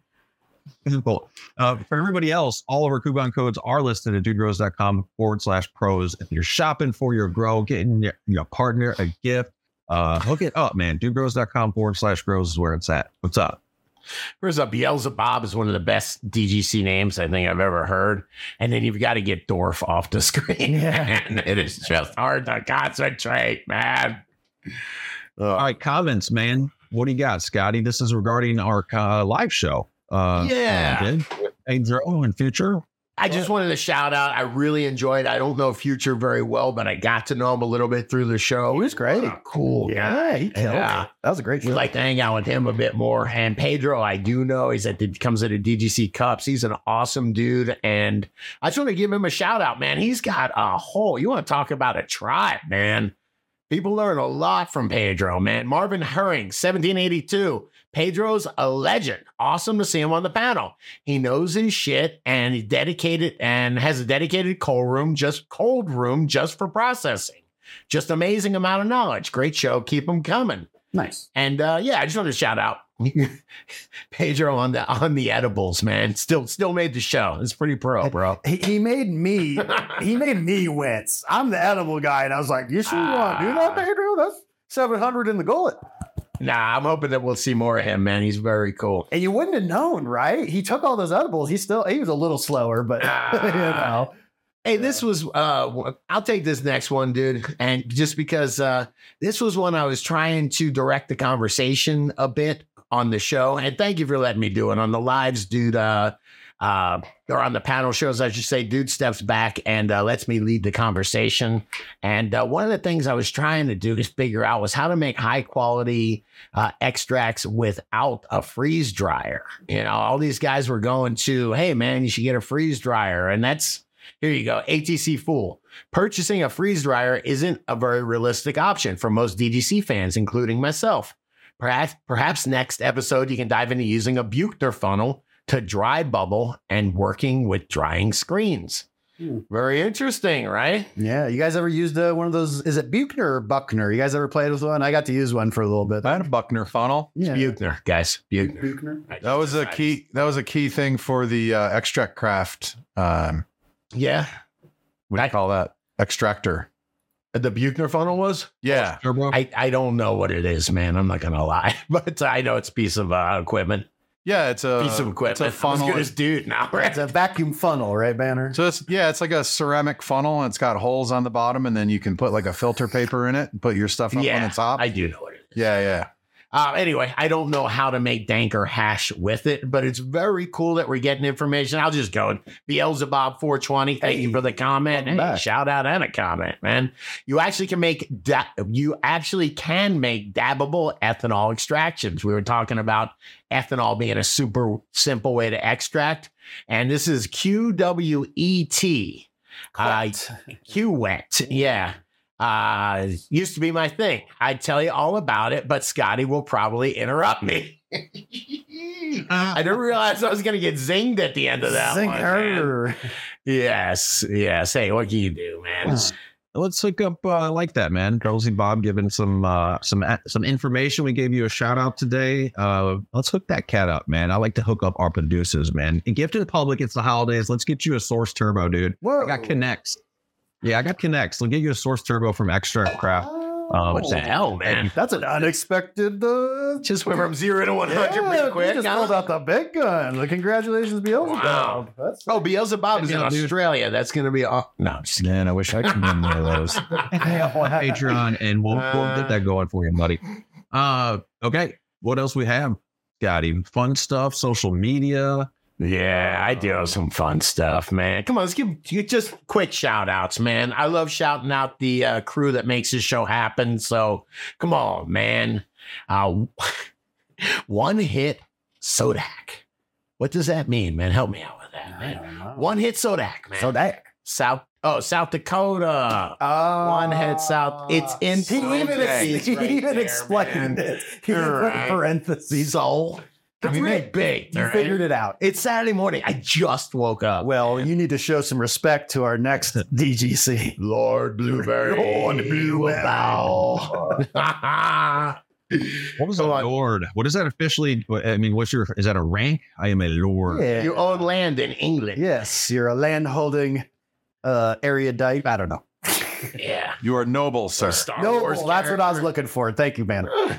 Speaker 1: Simple. Uh, for everybody else, all of our coupon codes are listed at dudegrows.com forward slash pros. If you're shopping for your grow, getting your, your partner a gift, Uh, look it up, man. Dudegrows.com forward slash grows is where it's at. What's up?
Speaker 2: First up, Beelzebub is one of the best DGC names I think I've ever heard. And then you've got to get Dorf off the [laughs] screen. and it is just hard to concentrate, man.
Speaker 1: All right, comments, man. What do you got, Scotty? This is regarding our uh, live show. Uh,
Speaker 2: Yeah.
Speaker 1: uh, did. Hey, Joe, oh, in future.
Speaker 2: I just wanted to shout out. I really enjoyed. I don't know Future very well, but I got to know him a little bit through the show.
Speaker 4: He was great.
Speaker 2: What a cool. guy.
Speaker 4: Yeah, he killed
Speaker 2: Yeah.
Speaker 4: it. That was a great
Speaker 2: We
Speaker 4: show.
Speaker 2: like to hang out with him a bit more. And Pedro, I do know he's at the comes at a DGC Cups. He's an awesome dude, and I just want to give him a shout out, man. He's got a whole. You want to talk about a tribe, man? People learn a lot from Pedro, man. Marvin Herring, 1782. Pedro's a legend. Awesome to see him on the panel. He knows his shit and he's dedicated and has a dedicated cold room, just cold room just for processing. Just amazing amount of knowledge. Great show. Keep him coming.
Speaker 4: nice.
Speaker 2: And uh, yeah, I just wanted to shout out [laughs] Pedro on the on the edibles, man. Still still made the show. It's pretty pro, bro.
Speaker 4: He, he made me. he made me wince. I'm the edible guy, and I was like, "You sure you want to do that,
Speaker 2: Ah.
Speaker 4: Pedro? That's 700 in the gullet."
Speaker 2: Nah, I'm hoping that we'll see more of him, man. He's very cool.
Speaker 4: And you wouldn't have known, right? He took all those edibles. He still he was a little slower, but [laughs] you
Speaker 2: Ah.
Speaker 4: know.
Speaker 2: Hey, this was uh I'll take this next one, dude. And just because uh this was one I was trying to direct the conversation a bit on the show. And thank you for letting me do it on the lives, dude. Uh uh or on the panel shows, I should say, dude steps back and uh, lets me lead the conversation. And uh, one of the things I was trying to do is figure out was how to make high quality uh, extracts without a freeze dryer. You know, all these guys were going to, hey man, you should get a freeze dryer, and that's here you go, ATC fool. Purchasing a freeze dryer isn't a very realistic option for most DGC fans, including myself. Perhaps, perhaps next episode you can dive into using a Buchner funnel to dry bubble and working with drying screens.
Speaker 4: Hmm.
Speaker 2: Very interesting, right?
Speaker 4: Yeah, you guys ever used uh, one of those? Is it Buchner or Buckner? You guys ever played with one? I got to use one for a little bit.
Speaker 3: I had a Buckner funnel.
Speaker 4: Yeah.
Speaker 2: Buchner, guys. Buchner.
Speaker 4: Buchner.
Speaker 3: That was a key. That was a key thing for the uh, extract craft. Um,
Speaker 2: Yeah.
Speaker 3: what do
Speaker 2: I-
Speaker 3: you call that? Extractor.
Speaker 2: The Buchner funnel was?
Speaker 3: Yeah.
Speaker 1: Turbo?
Speaker 2: I, I don't know what it is, man. I'm not going to lie. [laughs] But I know it's a piece of uh, equipment.
Speaker 3: Yeah, Uh, it's a
Speaker 2: piece of equipment.
Speaker 3: It's a
Speaker 2: I'm as
Speaker 3: funnel.
Speaker 2: good as dude now, [laughs] right?
Speaker 4: It's a vacuum funnel, right, Banner?
Speaker 3: So it's yeah, it's like a ceramic funnel and it's got holes on the bottom, and then you can put like a filter paper in it and put your stuff up on
Speaker 2: yeah,
Speaker 3: the top.
Speaker 2: I do know what it is.
Speaker 3: yeah, yeah.
Speaker 2: Uh, anyway, I don't know how to make dank or hash with it, but it's very cool that we're getting information. I'll just go. Beelzebub420, thank you for the comment.
Speaker 4: welcome
Speaker 2: Hey,
Speaker 4: back.
Speaker 2: shout out and a comment, man. You actually can make da- you actually can make dabbable ethanol extractions. We were talking about ethanol being a super simple way to extract, and this is QWET. Uh, Q wet. Yeah. Uh used to be my thing. I'd tell you all about it, but Scotty will probably interrupt me. [laughs] I
Speaker 4: [laughs]
Speaker 2: didn't realize I was gonna get zinged at the end of that. one, man.
Speaker 4: Zinger.
Speaker 2: Yes, yes. Hey, what can you do, man?
Speaker 1: Let's- Let's hook up uh, like that, man. Josie Bob giving some uh, some some information. We gave you a shout out today. Uh, let's hook that cat up, man. I like to hook up our producers, man. And gift to the public. It's the holidays. Let's get you a Source Turbo, dude.
Speaker 4: Whoa.
Speaker 1: I got connects. Yeah, I got connects. We'll get you a Source Turbo from Extra Craft. Um,
Speaker 2: What [laughs] the hell, man?
Speaker 4: That's an unexpected. Uh,
Speaker 2: Just went from zero to one hundred
Speaker 4: yeah,
Speaker 2: pretty
Speaker 4: you
Speaker 2: quick.
Speaker 4: Just
Speaker 2: huh?
Speaker 4: pulled out the big gun. Congratulations, Beelzebub.
Speaker 2: Wow.
Speaker 4: That's
Speaker 2: Oh, Beelzebub is in
Speaker 1: Yeah, dude.
Speaker 2: Australia. That's gonna be aw- no. I'm just
Speaker 3: Man, I wish I could win one of those.
Speaker 1: Patreon, and we'll, we'll get that going for you, buddy. Uh, okay, what else we have? Got him. Fun stuff, social media.
Speaker 2: Yeah, I do have some fun stuff, man. Come on, let's give you just quick shout outs, man. I love shouting out the uh, crew that makes this show happen. So come on, man. Uh, [laughs] one hit Sodak. What does that mean, man? Help me out with that, man. One hit Sodak, man.
Speaker 4: So that.
Speaker 2: South, oh, South Dakota.
Speaker 4: Uh,
Speaker 2: One head south. It's in
Speaker 4: He even,
Speaker 2: parentheses
Speaker 4: ex- he
Speaker 2: right
Speaker 4: even
Speaker 2: there, man.
Speaker 4: explained it. He
Speaker 2: All
Speaker 4: even put
Speaker 2: right.
Speaker 4: parentheses.
Speaker 2: Soul.
Speaker 4: I
Speaker 2: It's
Speaker 4: mean,
Speaker 2: really
Speaker 4: hey,
Speaker 2: big.
Speaker 4: You
Speaker 2: all right?
Speaker 4: figured it out.
Speaker 2: It's Saturday morning. I just woke up.
Speaker 4: Well, you need to show some respect to our next DGC.
Speaker 2: Lord Blueberry.
Speaker 4: Lord Blueberry.
Speaker 1: What was
Speaker 2: Go
Speaker 1: a
Speaker 2: on.
Speaker 1: lord? What is that officially? I mean, what's your? Is that a rank? I am a lord.
Speaker 4: Yeah.
Speaker 2: [laughs] you own land in England.
Speaker 4: Yes, you're a land holding uh erudite. I don't know.
Speaker 2: Yeah.
Speaker 3: You are noble, sir.
Speaker 2: Star
Speaker 4: No,
Speaker 2: Wars
Speaker 4: that's what I was
Speaker 2: character.
Speaker 4: looking for. Thank you, man.
Speaker 1: All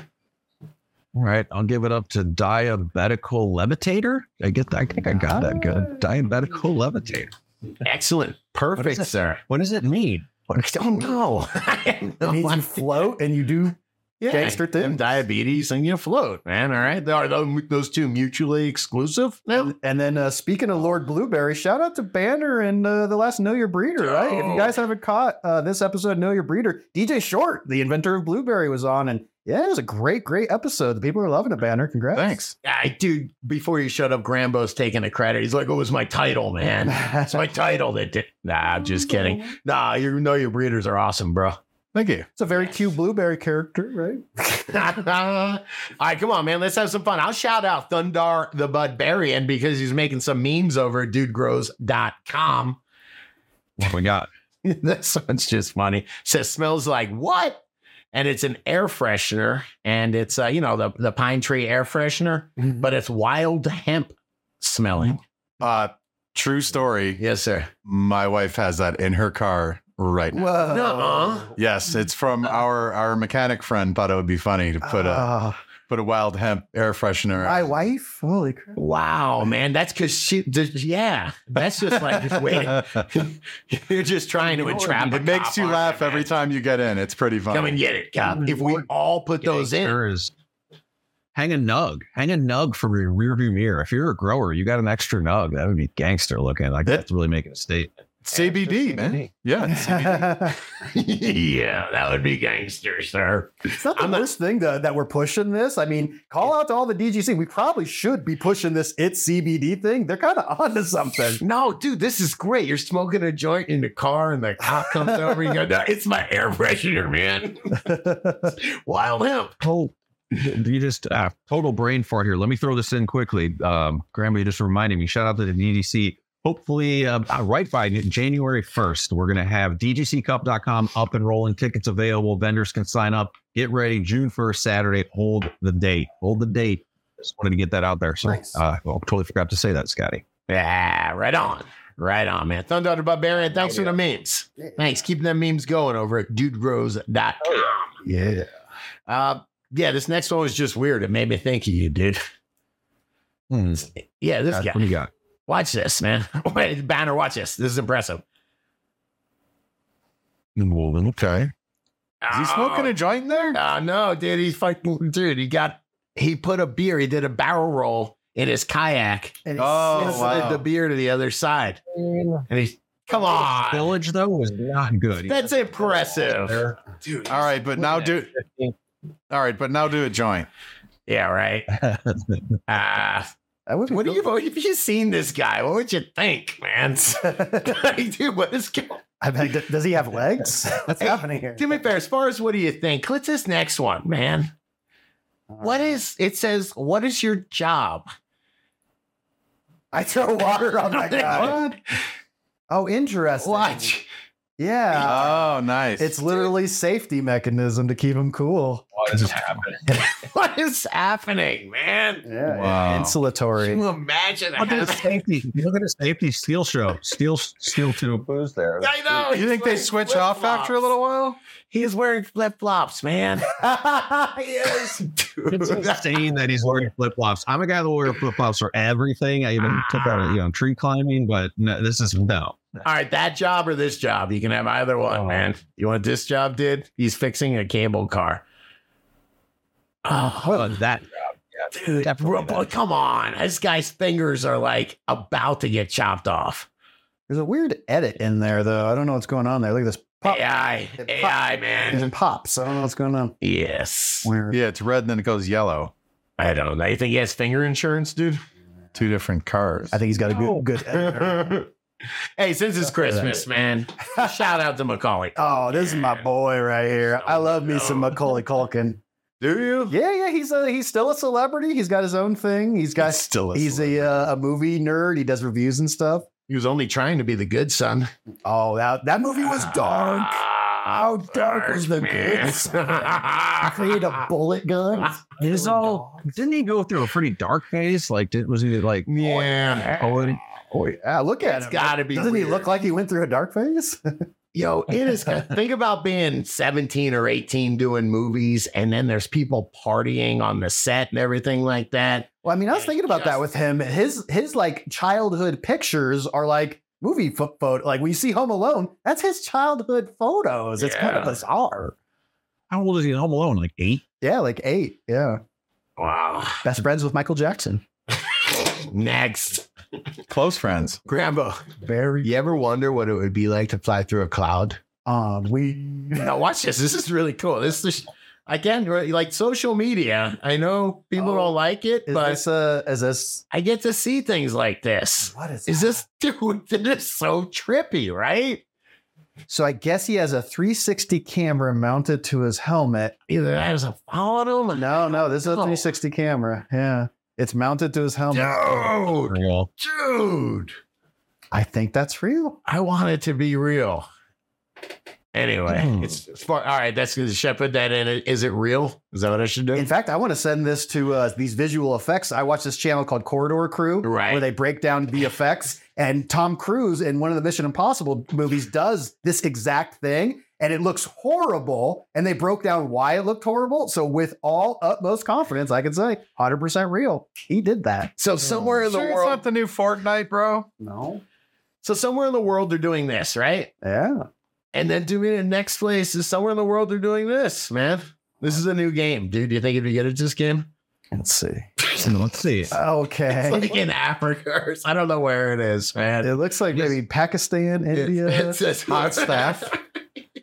Speaker 1: right, I'll give it up to diabetical levitator. I get that. I think I got that good. Diabetical levitator.
Speaker 2: [laughs] Excellent. Perfect, sir.
Speaker 1: What does it mean?
Speaker 2: I don't [laughs] know. I
Speaker 4: It
Speaker 2: [laughs]
Speaker 4: means you
Speaker 2: am
Speaker 4: float and you do. gangster
Speaker 2: And
Speaker 4: things.
Speaker 2: diabetes and you float, man. All right. Are tho- those two mutually exclusive now?
Speaker 4: And then uh, speaking of Lord Blueberry, shout out to Banner and uh, the last Know Your Breeder, right? If you guys haven't caught uh, this episode of Know Your Breeder, DJ Short, the inventor of Blueberry, was on. And yeah, it was a great, great episode. The people are loving it, Banner. Congrats.
Speaker 3: Thanks.
Speaker 2: I dude, before you shut up, Grambo's taking the credit. He's like, "Oh, it was my title, man. [laughs] It's my title that did. Nah, I'm just kidding. Nah, you know your breeders are awesome, bro. [laughs]
Speaker 3: Thank you.
Speaker 4: [laughs] It's a very cute Blueberry character, right?
Speaker 2: All right, come on, man. Let's have some fun. I'll shout out Thundar the Budbarian because he's making some memes over at dudegrows.com.
Speaker 1: What we got?
Speaker 2: [laughs] this one's just funny. Says smells like what? And it's an air freshener, and it's uh, you know the the pine tree air freshener,
Speaker 3: Mm-hmm.
Speaker 2: but it's wild hemp smelling.
Speaker 3: Uh, true story.
Speaker 2: Yes, sir.
Speaker 3: My wife has that in her car right now.
Speaker 4: Whoa.
Speaker 2: Nuh-uh.
Speaker 3: Yes, it's
Speaker 2: uh,
Speaker 3: from our our mechanic friend. Thought it would be funny to put a
Speaker 4: Ah,
Speaker 3: put a wild hemp air freshener.
Speaker 4: my wife? Holy crap.
Speaker 2: Wow, man, that's because she. just- yeah, that's just like
Speaker 3: [laughs]
Speaker 2: wait, you're just trying to entrap.
Speaker 3: it makes you laugh every time Mm-hmm. you get in. It's pretty funny.
Speaker 2: Come and get it, cop. If we all put those in,
Speaker 1: There is. Hang a nug. Hang a nug from your rearview mirror. If you're a grower, you got an extra nug. That would be gangster looking. Like that's really making a statement.
Speaker 3: CBD, man. Yeah.
Speaker 2: [laughs] [laughs]
Speaker 4: it's
Speaker 2: yeah, that would be gangster, sir.
Speaker 4: not the
Speaker 2: I'm not-
Speaker 4: worst thing to, that we're pushing this. I mean, call out to all the DGC. We probably should be pushing this it's CBD thing. They're kind of onto something. [laughs]
Speaker 3: [laughs]
Speaker 2: No, dude, this is great. You're smoking a joint in the car, and the cop comes over. You go, [laughs] no, it's my air freshener, man. Wild hemp.
Speaker 1: [laughs] Oh, you just ah, total brain fart here. Let me throw this in quickly. Um, Grammy just reminded me. Shout out to the DDC. Hopefully, uh, uh, right by January 1st, we're going to have DGCcup.com up and rolling. Tickets available. Vendors can sign up. Get ready. June 1st, Saturday. Hold the date. Hold the date. Just wanted to get that out there. So,
Speaker 4: Nice.
Speaker 1: uh, well, totally forgot to say that, Scotty.
Speaker 2: Yeah, right on. Right on, man. Thunder the Barbarian, thanks for the memes. Thanks. Keep them memes going over at dudegrows.com. Oh,
Speaker 4: Yeah.
Speaker 2: Uh, yeah, this next one was just weird. It made me think of you, dude.
Speaker 1: Hmm.
Speaker 2: Yeah, this
Speaker 1: Scott,
Speaker 2: guy.
Speaker 1: What do you got?
Speaker 2: Watch this, man. [laughs] Wait, Banner, watch this. This is impressive.
Speaker 1: Well, then, okay.
Speaker 3: Is he smoking a joint in there?
Speaker 2: Oh no, dude, he fucking dude, he got he put a beer, he did a barrel roll in his kayak
Speaker 4: And
Speaker 3: Oh,
Speaker 2: and slid
Speaker 3: wow.
Speaker 2: the beer to the other side. And he come on.
Speaker 1: Village, though, was not good.
Speaker 2: That's impressive.
Speaker 1: [laughs]
Speaker 3: Dude. All right, but now do. All right, but now do a joint.
Speaker 2: Yeah, right.
Speaker 1: [laughs]
Speaker 2: Ah,
Speaker 4: I would
Speaker 2: What do you what have you seen this guy? What would you think, man? [laughs]
Speaker 4: [laughs]
Speaker 2: Like, Dude, what is go-
Speaker 4: I mean, d- does he have
Speaker 3: [laughs]
Speaker 4: legs? [laughs] What's
Speaker 2: Hey,
Speaker 4: happening here?
Speaker 2: Do me a favor, as far as what do you think? What's this next one, man? What is it says, what is your job?
Speaker 4: I throw water on my guy.
Speaker 3: What?
Speaker 4: Oh, interesting.
Speaker 2: Watch.
Speaker 4: Yeah.
Speaker 2: Uh,
Speaker 3: Oh, nice.
Speaker 4: it's literally safety mechanism to keep him cool.
Speaker 3: Oh,
Speaker 2: [laughs] What is happening, man?
Speaker 4: Yeah.
Speaker 3: Wow.
Speaker 2: Can
Speaker 4: Insulatory.
Speaker 2: you imagine
Speaker 1: Look at the [laughs]
Speaker 2: that?
Speaker 1: safety. Look at the safety steel show. Steel steel tube. [laughs] Who's there?
Speaker 2: I know.
Speaker 3: You think they switch off after a little while?
Speaker 2: He is wearing flip flops,
Speaker 3: [laughs]
Speaker 2: man. yes. [laughs]
Speaker 1: It's insane that he's wearing flip flops. I'm a guy that wears flip flops for everything. I even took out you know tree climbing, but no, this is no.
Speaker 2: All right, that job or this job. You can have either one, man. You want this job, dude? He's fixing a cable car. Oh,
Speaker 1: Uh, that
Speaker 2: dude.
Speaker 1: definitely
Speaker 2: bro, come on. This guy's fingers are like about to get chopped off.
Speaker 4: [laughs] There's a weird edit in there, though. I don't know what's going on there. Look at this pop.
Speaker 2: AI.
Speaker 4: It pop-
Speaker 2: AI, man.
Speaker 4: It pops. I don't know what's going on.
Speaker 2: Yes.
Speaker 4: Weird.
Speaker 3: Yeah, it's red and then it goes yellow.
Speaker 2: I don't know. You think he has finger insurance, dude?
Speaker 3: Two different cars.
Speaker 4: I think he's got a
Speaker 2: Oh,
Speaker 4: good, good edit.
Speaker 2: hey, since it's Christmas, [laughs] man, shout out to Macaulay.
Speaker 4: Oh, this is my boy right here. I love me some Macaulay Culkin.
Speaker 3: Do you?
Speaker 4: Yeah, yeah, he's a he's still a celebrity. He's got his own thing. He's got
Speaker 3: still
Speaker 4: he's a uh, a movie nerd. He does reviews and stuff.
Speaker 2: He was only trying to be the good son.
Speaker 4: Oh, that that movie was dark. How dark was
Speaker 2: [laughs]
Speaker 4: the kids? I created a bullet gun.
Speaker 1: is all. Didn't he go through a pretty dark phase? Like, did, was he like?
Speaker 2: Yeah.
Speaker 1: Oh,
Speaker 4: Oh yeah, look at
Speaker 2: It's
Speaker 4: him.
Speaker 2: gotta be
Speaker 4: Doesn't he
Speaker 2: weird.
Speaker 4: look like he went through a dark phase? [laughs]
Speaker 2: Yo, it is. think about being 17 or 18 doing movies, and then there's people partying on the set and everything like that.
Speaker 4: Well, I mean, I was
Speaker 2: Yeah,
Speaker 4: thinking about that
Speaker 2: just-
Speaker 4: with him. His his like childhood pictures are like movie fo- photo. Like when you see Home Alone, that's his childhood photos. It's kind of
Speaker 2: Yeah.
Speaker 4: bizarre.
Speaker 1: How old is he in Home Alone? Like eight?
Speaker 4: Yeah, like eight. Yeah,
Speaker 2: Wow.
Speaker 4: best friends with Michael Jackson.
Speaker 2: Next,
Speaker 3: Close friends.
Speaker 2: Grambo.
Speaker 4: Very
Speaker 2: You ever wonder what it would be like to fly through a cloud?
Speaker 4: um we.
Speaker 2: Now watch this. This is really cool. This is again right, like social media. I know people
Speaker 4: Oh.
Speaker 2: don't like it,
Speaker 4: Is
Speaker 2: but
Speaker 4: this uh is this
Speaker 2: I get to see things like this.
Speaker 4: what is
Speaker 2: Is this [laughs] dude? This is so trippy, right?
Speaker 4: So I guess he has a 360 camera mounted to his helmet.
Speaker 2: Either that is a follow him.
Speaker 4: No, no, this is a
Speaker 2: Oh.
Speaker 4: 360 camera. Yeah. It's mounted to his helmet.
Speaker 2: No, dude,
Speaker 1: Well,
Speaker 2: dude.
Speaker 4: I think that's real.
Speaker 2: I want it to be real. Anyway,
Speaker 1: Hmm.
Speaker 2: it's, it's far. All right, that's good. Should I put that in? Is it real? Is that what I should do?
Speaker 4: In fact, I want to send this to uh, these visual effects. I watch this channel called Corridor Crew,
Speaker 2: Right.
Speaker 4: where they break down the effects. And Tom Cruise in one of the Mission Impossible movies does this exact thing, and it looks horrible. And they broke down why it looked horrible. So with all utmost confidence, I can say 100% real. He did that.
Speaker 2: so somewhere in the
Speaker 3: Sure it's
Speaker 2: world,
Speaker 3: not the new Fortnite, bro.
Speaker 4: No.
Speaker 2: so somewhere in the world, they're doing this, right?
Speaker 4: Yeah.
Speaker 2: And then do me the next place is somewhere in the world they're doing this, man. This is a new game, dude. Do you think it'd be good at this game?
Speaker 4: Let's see.
Speaker 1: let's see.
Speaker 4: Okay.
Speaker 2: It's like in Africa. or s- I don't know where it is, man.
Speaker 4: It looks like maybe Pakistan,
Speaker 2: [laughs]
Speaker 4: India.
Speaker 2: just
Speaker 3: Hot staff.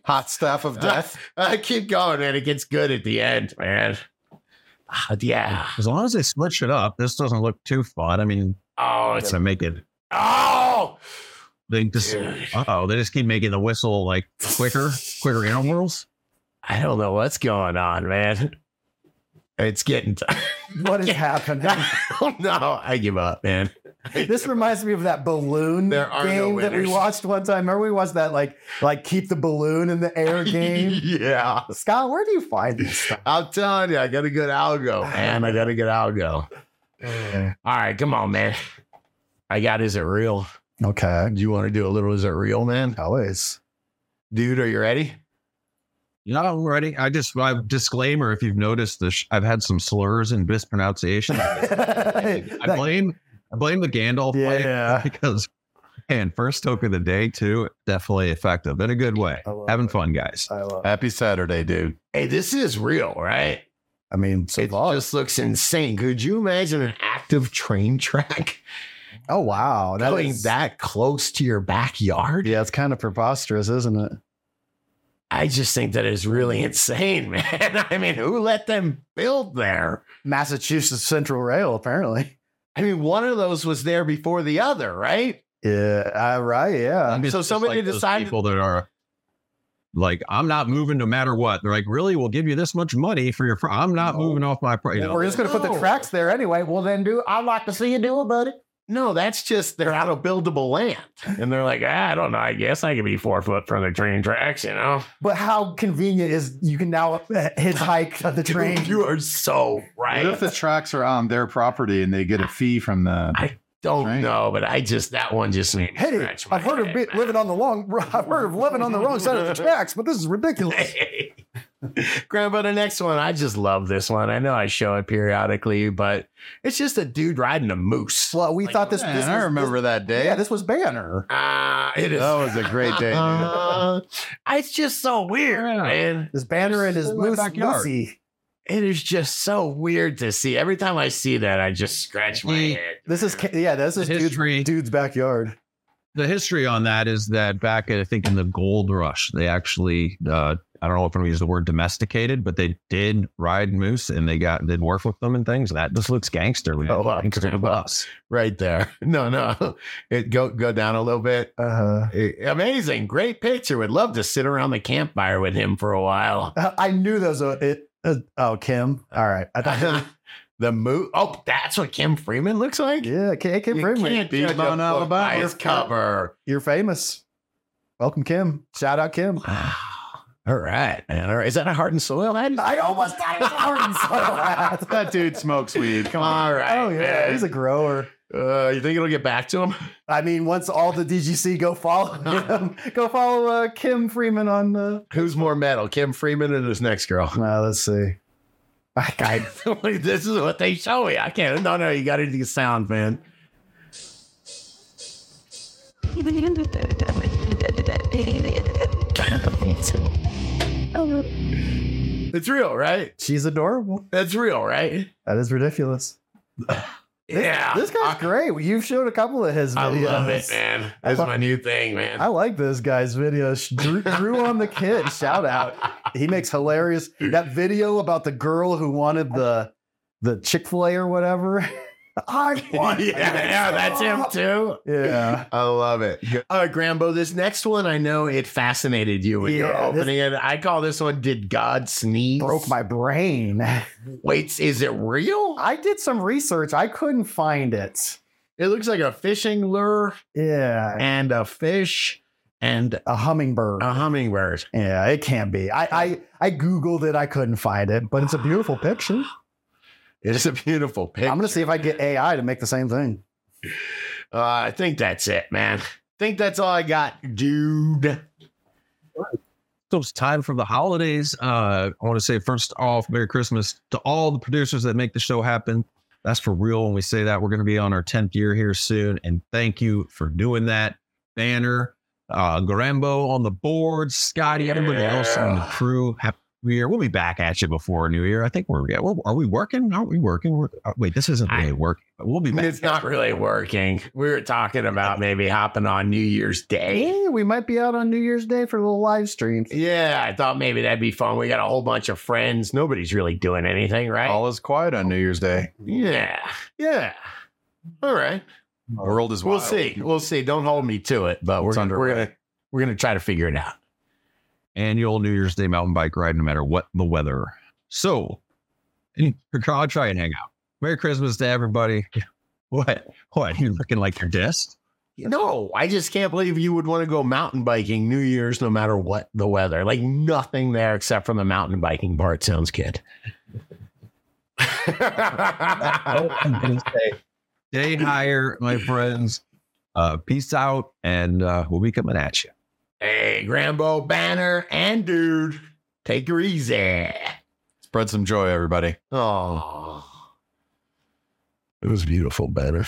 Speaker 3: Hot
Speaker 2: [laughs]
Speaker 3: staff of death.
Speaker 2: I Uh, keep going, man. It gets good at the end, man. Ah, yeah.
Speaker 1: As long as they switch it up, this doesn't look too fun. I mean,
Speaker 2: Oh, it's
Speaker 1: it's to make it.
Speaker 2: oh.
Speaker 1: They just,
Speaker 2: Dude.
Speaker 1: oh, they just keep making the whistle like quicker, quicker intervals.
Speaker 2: I don't know what's going on, man. It's getting. T- [laughs]
Speaker 4: What is happening?
Speaker 2: no, I give up, man. [laughs]
Speaker 4: This reminds me of that balloon
Speaker 2: There are no
Speaker 4: game that we
Speaker 2: winners.
Speaker 4: watched one time. Remember we watched that like like keep the balloon in
Speaker 2: [laughs]
Speaker 4: the air game?
Speaker 2: yeah.
Speaker 4: Scott, where do you find this stuff?
Speaker 2: I'm telling you, I got a good algo, man. I got a good algo. All right, come on, man. I got is it real?
Speaker 4: [laughs] [laughs] Okay.
Speaker 2: Do you want to do a little is it real, man?
Speaker 4: Always.
Speaker 2: Dude, are you ready?
Speaker 1: You know, I'm ready. I just, I disclaimer if you've noticed this, I've had some slurs and
Speaker 4: [laughs]
Speaker 1: mispronunciation. I
Speaker 4: That-
Speaker 1: blame, I blame the Gandalf play
Speaker 4: yeah.
Speaker 1: [laughs] because, and first token of the day too, definitely effective in a good way.
Speaker 4: I love
Speaker 1: Having
Speaker 4: it. Uh,
Speaker 1: fun, guys.
Speaker 4: I love
Speaker 3: Happy Saturday, dude.
Speaker 2: Hey, this is real, right?
Speaker 4: I mean, so
Speaker 2: it just looks insane. Could you imagine an active train track
Speaker 4: oh wow. That
Speaker 2: going
Speaker 4: is-
Speaker 2: that close to your backyard?
Speaker 4: Yeah, it's kind of preposterous, isn't it?
Speaker 2: I just think that is really [laughs] insane, man. [laughs] I mean, who let them build there?
Speaker 4: Massachusetts Central Rail, apparently.
Speaker 2: I mean, one of those was there before the other, right?
Speaker 4: Yeah, uh, right, yeah.
Speaker 1: It's
Speaker 2: so
Speaker 1: just
Speaker 2: somebody
Speaker 1: those
Speaker 2: decided-
Speaker 1: people that are like, I'm not moving no matter what. They're like, really, we'll give you this much money for your. Pro- I'm not
Speaker 4: No.
Speaker 1: moving off my. Pro- you know,
Speaker 4: We're just gonna put the
Speaker 2: No.
Speaker 4: tracks there anyway. Well then do I'd like to see you do it, buddy.
Speaker 2: No, that's just they're out of buildable land. And they're like, ah, I don't know. I guess I could be four foot from the train tracks, you know?
Speaker 4: But how convenient is you can now uh, hitchhike on the train?
Speaker 2: Dude, you are so
Speaker 3: What if
Speaker 2: right.
Speaker 3: the tracks are on their property and they get a fee from the
Speaker 2: Don't
Speaker 3: Right.
Speaker 2: know, but I just, that one just made me
Speaker 4: Hey,
Speaker 2: scratch my
Speaker 4: I've heard of
Speaker 2: head,
Speaker 4: be-
Speaker 2: man.
Speaker 4: living on [laughs] the long. I've heard of living on the wrong side of the tracks, but this is ridiculous.
Speaker 2: [laughs] Grandpa, the next one, I just love this one. I know I show it periodically, but it's just a dude riding a moose.
Speaker 4: Well, we
Speaker 2: [laughs] Like,
Speaker 4: thought this.
Speaker 3: Man,
Speaker 4: this
Speaker 3: I
Speaker 4: was-
Speaker 3: remember that
Speaker 4: This,
Speaker 3: day.
Speaker 4: yeah, this was Banner.
Speaker 2: Ah, it is.
Speaker 3: that was a great day. dude.
Speaker 2: Uh, it's just so weird,
Speaker 1: Yeah.
Speaker 2: man.
Speaker 4: This Banner and his
Speaker 1: In my
Speaker 4: moose
Speaker 1: backyard.
Speaker 4: Lucy.
Speaker 2: It is just so weird to see. Every time I see that, I just scratch my
Speaker 1: He-
Speaker 2: head.
Speaker 4: This is ca- yeah. This
Speaker 1: the
Speaker 4: is dude's,
Speaker 1: history.
Speaker 4: dude's backyard.
Speaker 1: the history on that is that back I think in the gold rush, they actually uh, I don't know if I'm gonna use the word domesticated, but they did ride moose and they got did work with them and things. That just looks gangster. man.
Speaker 2: Oh, wow.
Speaker 1: Gangster
Speaker 2: Wow.
Speaker 1: plus.
Speaker 2: right there. [laughs] No, no. It go go down a little bit.
Speaker 4: Uh,
Speaker 2: Eh, Amazing. Great picture. Would love to sit around the campfire with him for a while. [laughs]
Speaker 4: I knew those. Uh, it, uh, oh, Kim. All right.
Speaker 2: [laughs]
Speaker 4: I thought,
Speaker 2: the moose. Oh, that's what Kim Freeman looks like.
Speaker 4: yeah, Kim, Kim
Speaker 2: You
Speaker 4: Freeman.
Speaker 2: can't judge
Speaker 3: Big
Speaker 2: a
Speaker 3: Bone
Speaker 2: book by
Speaker 3: Alabama.
Speaker 2: its cover.
Speaker 4: You're famous. Welcome, Kim. Shout
Speaker 2: [laughs]
Speaker 4: out, Kim.
Speaker 2: Wow. [sighs] All right, man. All right. Is that a heart and soil? That
Speaker 4: I [laughs] almost got it.
Speaker 3: That dude smokes weed. Come on.
Speaker 2: All right.
Speaker 4: [laughs] Oh yeah,
Speaker 2: man.
Speaker 4: he's a grower.
Speaker 2: Uh, you think it'll get back to him? [laughs]
Speaker 4: I mean, once all the DGC go follow him, go follow uh, Kim Freeman on. Uh,
Speaker 2: Who's more metal, Kim Freeman or this next girl? [laughs]
Speaker 4: well, Uh, let's see. I, I,
Speaker 2: this is what they show me. I can't. No, no, you got to do the sound, man. It's real, right?
Speaker 4: she's adorable.
Speaker 2: That's real, right?
Speaker 4: That is ridiculous.
Speaker 2: Yeah.
Speaker 4: This guy's great. You've showed a couple of his
Speaker 2: I
Speaker 4: videos.
Speaker 2: love it, man. That's my new thing, man.
Speaker 4: I like this guy's video.
Speaker 2: [laughs]
Speaker 4: Drew, Drew on the kid, shout
Speaker 2: Uh,
Speaker 4: out. He makes hilarious that video about the girl who wanted the the Chick Fil A or whatever. [laughs] I
Speaker 2: yeah, [laughs]
Speaker 4: want.
Speaker 2: yeah, that's him too.
Speaker 4: Yeah.
Speaker 2: I love it. All right, Grambo, this next one, I know it fascinated you when you were
Speaker 4: Yeah, this-
Speaker 2: opening it. I call this one Did God Sneeze?
Speaker 4: Broke my brain.
Speaker 2: Wait, is it real?
Speaker 4: I did some research. I couldn't find it.
Speaker 2: It looks like a fishing lure
Speaker 4: Yeah.
Speaker 2: and a fish and
Speaker 4: A hummingbird.
Speaker 2: a hummingbird.
Speaker 4: yeah, it can't be. I, I I Googled it. I couldn't find it, but it's a beautiful picture.
Speaker 2: It is a beautiful picture.
Speaker 4: I'm gonna see if I get AI to make the same thing.
Speaker 2: Uh, I think that's it, man. think that's all I got, dude.
Speaker 1: So it's time for the holidays. Uh, I want to say first off, Merry Christmas to all the producers that make the show happen. That's for real when we say that. We're going to be on our 10th year here soon. And thank you for doing that. Banner, uh, Grambo on the board, Scotty, everybody else on the
Speaker 2: Yeah.
Speaker 1: crew. Happy New Year. We'll be back at you before New Year. I think we're, yeah, we're are we working? Aren't we working? We're, uh, wait, this isn't really working. But we'll be back.
Speaker 2: It's not really working. We were talking about maybe hopping on New Year's Day.
Speaker 4: Yeah, we might be out on New Year's Day for a little live stream.
Speaker 2: Yeah, I thought maybe that'd be fun. We got a whole bunch of friends. Nobody's really doing anything, right?
Speaker 3: All is quiet on New Year's Day.
Speaker 2: yeah. Yeah. All right.
Speaker 3: The world is
Speaker 2: We'll
Speaker 3: wild.
Speaker 2: see. We'll see. Don't hold me to it, but we're
Speaker 3: It's
Speaker 2: gonna, we're
Speaker 3: underway.
Speaker 2: gonna we're gonna try to figure it out.
Speaker 1: annual New Year's Day mountain bike ride, no matter what the weather. So, I'll try and hang out. Merry Christmas to everybody. [laughs] What? What? You looking like your desk?
Speaker 2: No, I just can't believe you would want to go mountain biking New Year's no matter what the weather. Like nothing there except from the mountain biking part sounds good. [laughs]
Speaker 1: Day higher, my friends. Uh, peace out, and uh, we'll be coming at you.
Speaker 2: hey, Grambo Banner and dude, take her easy.
Speaker 3: Spread some joy, everybody.
Speaker 2: Oh. It was beautiful, Banner.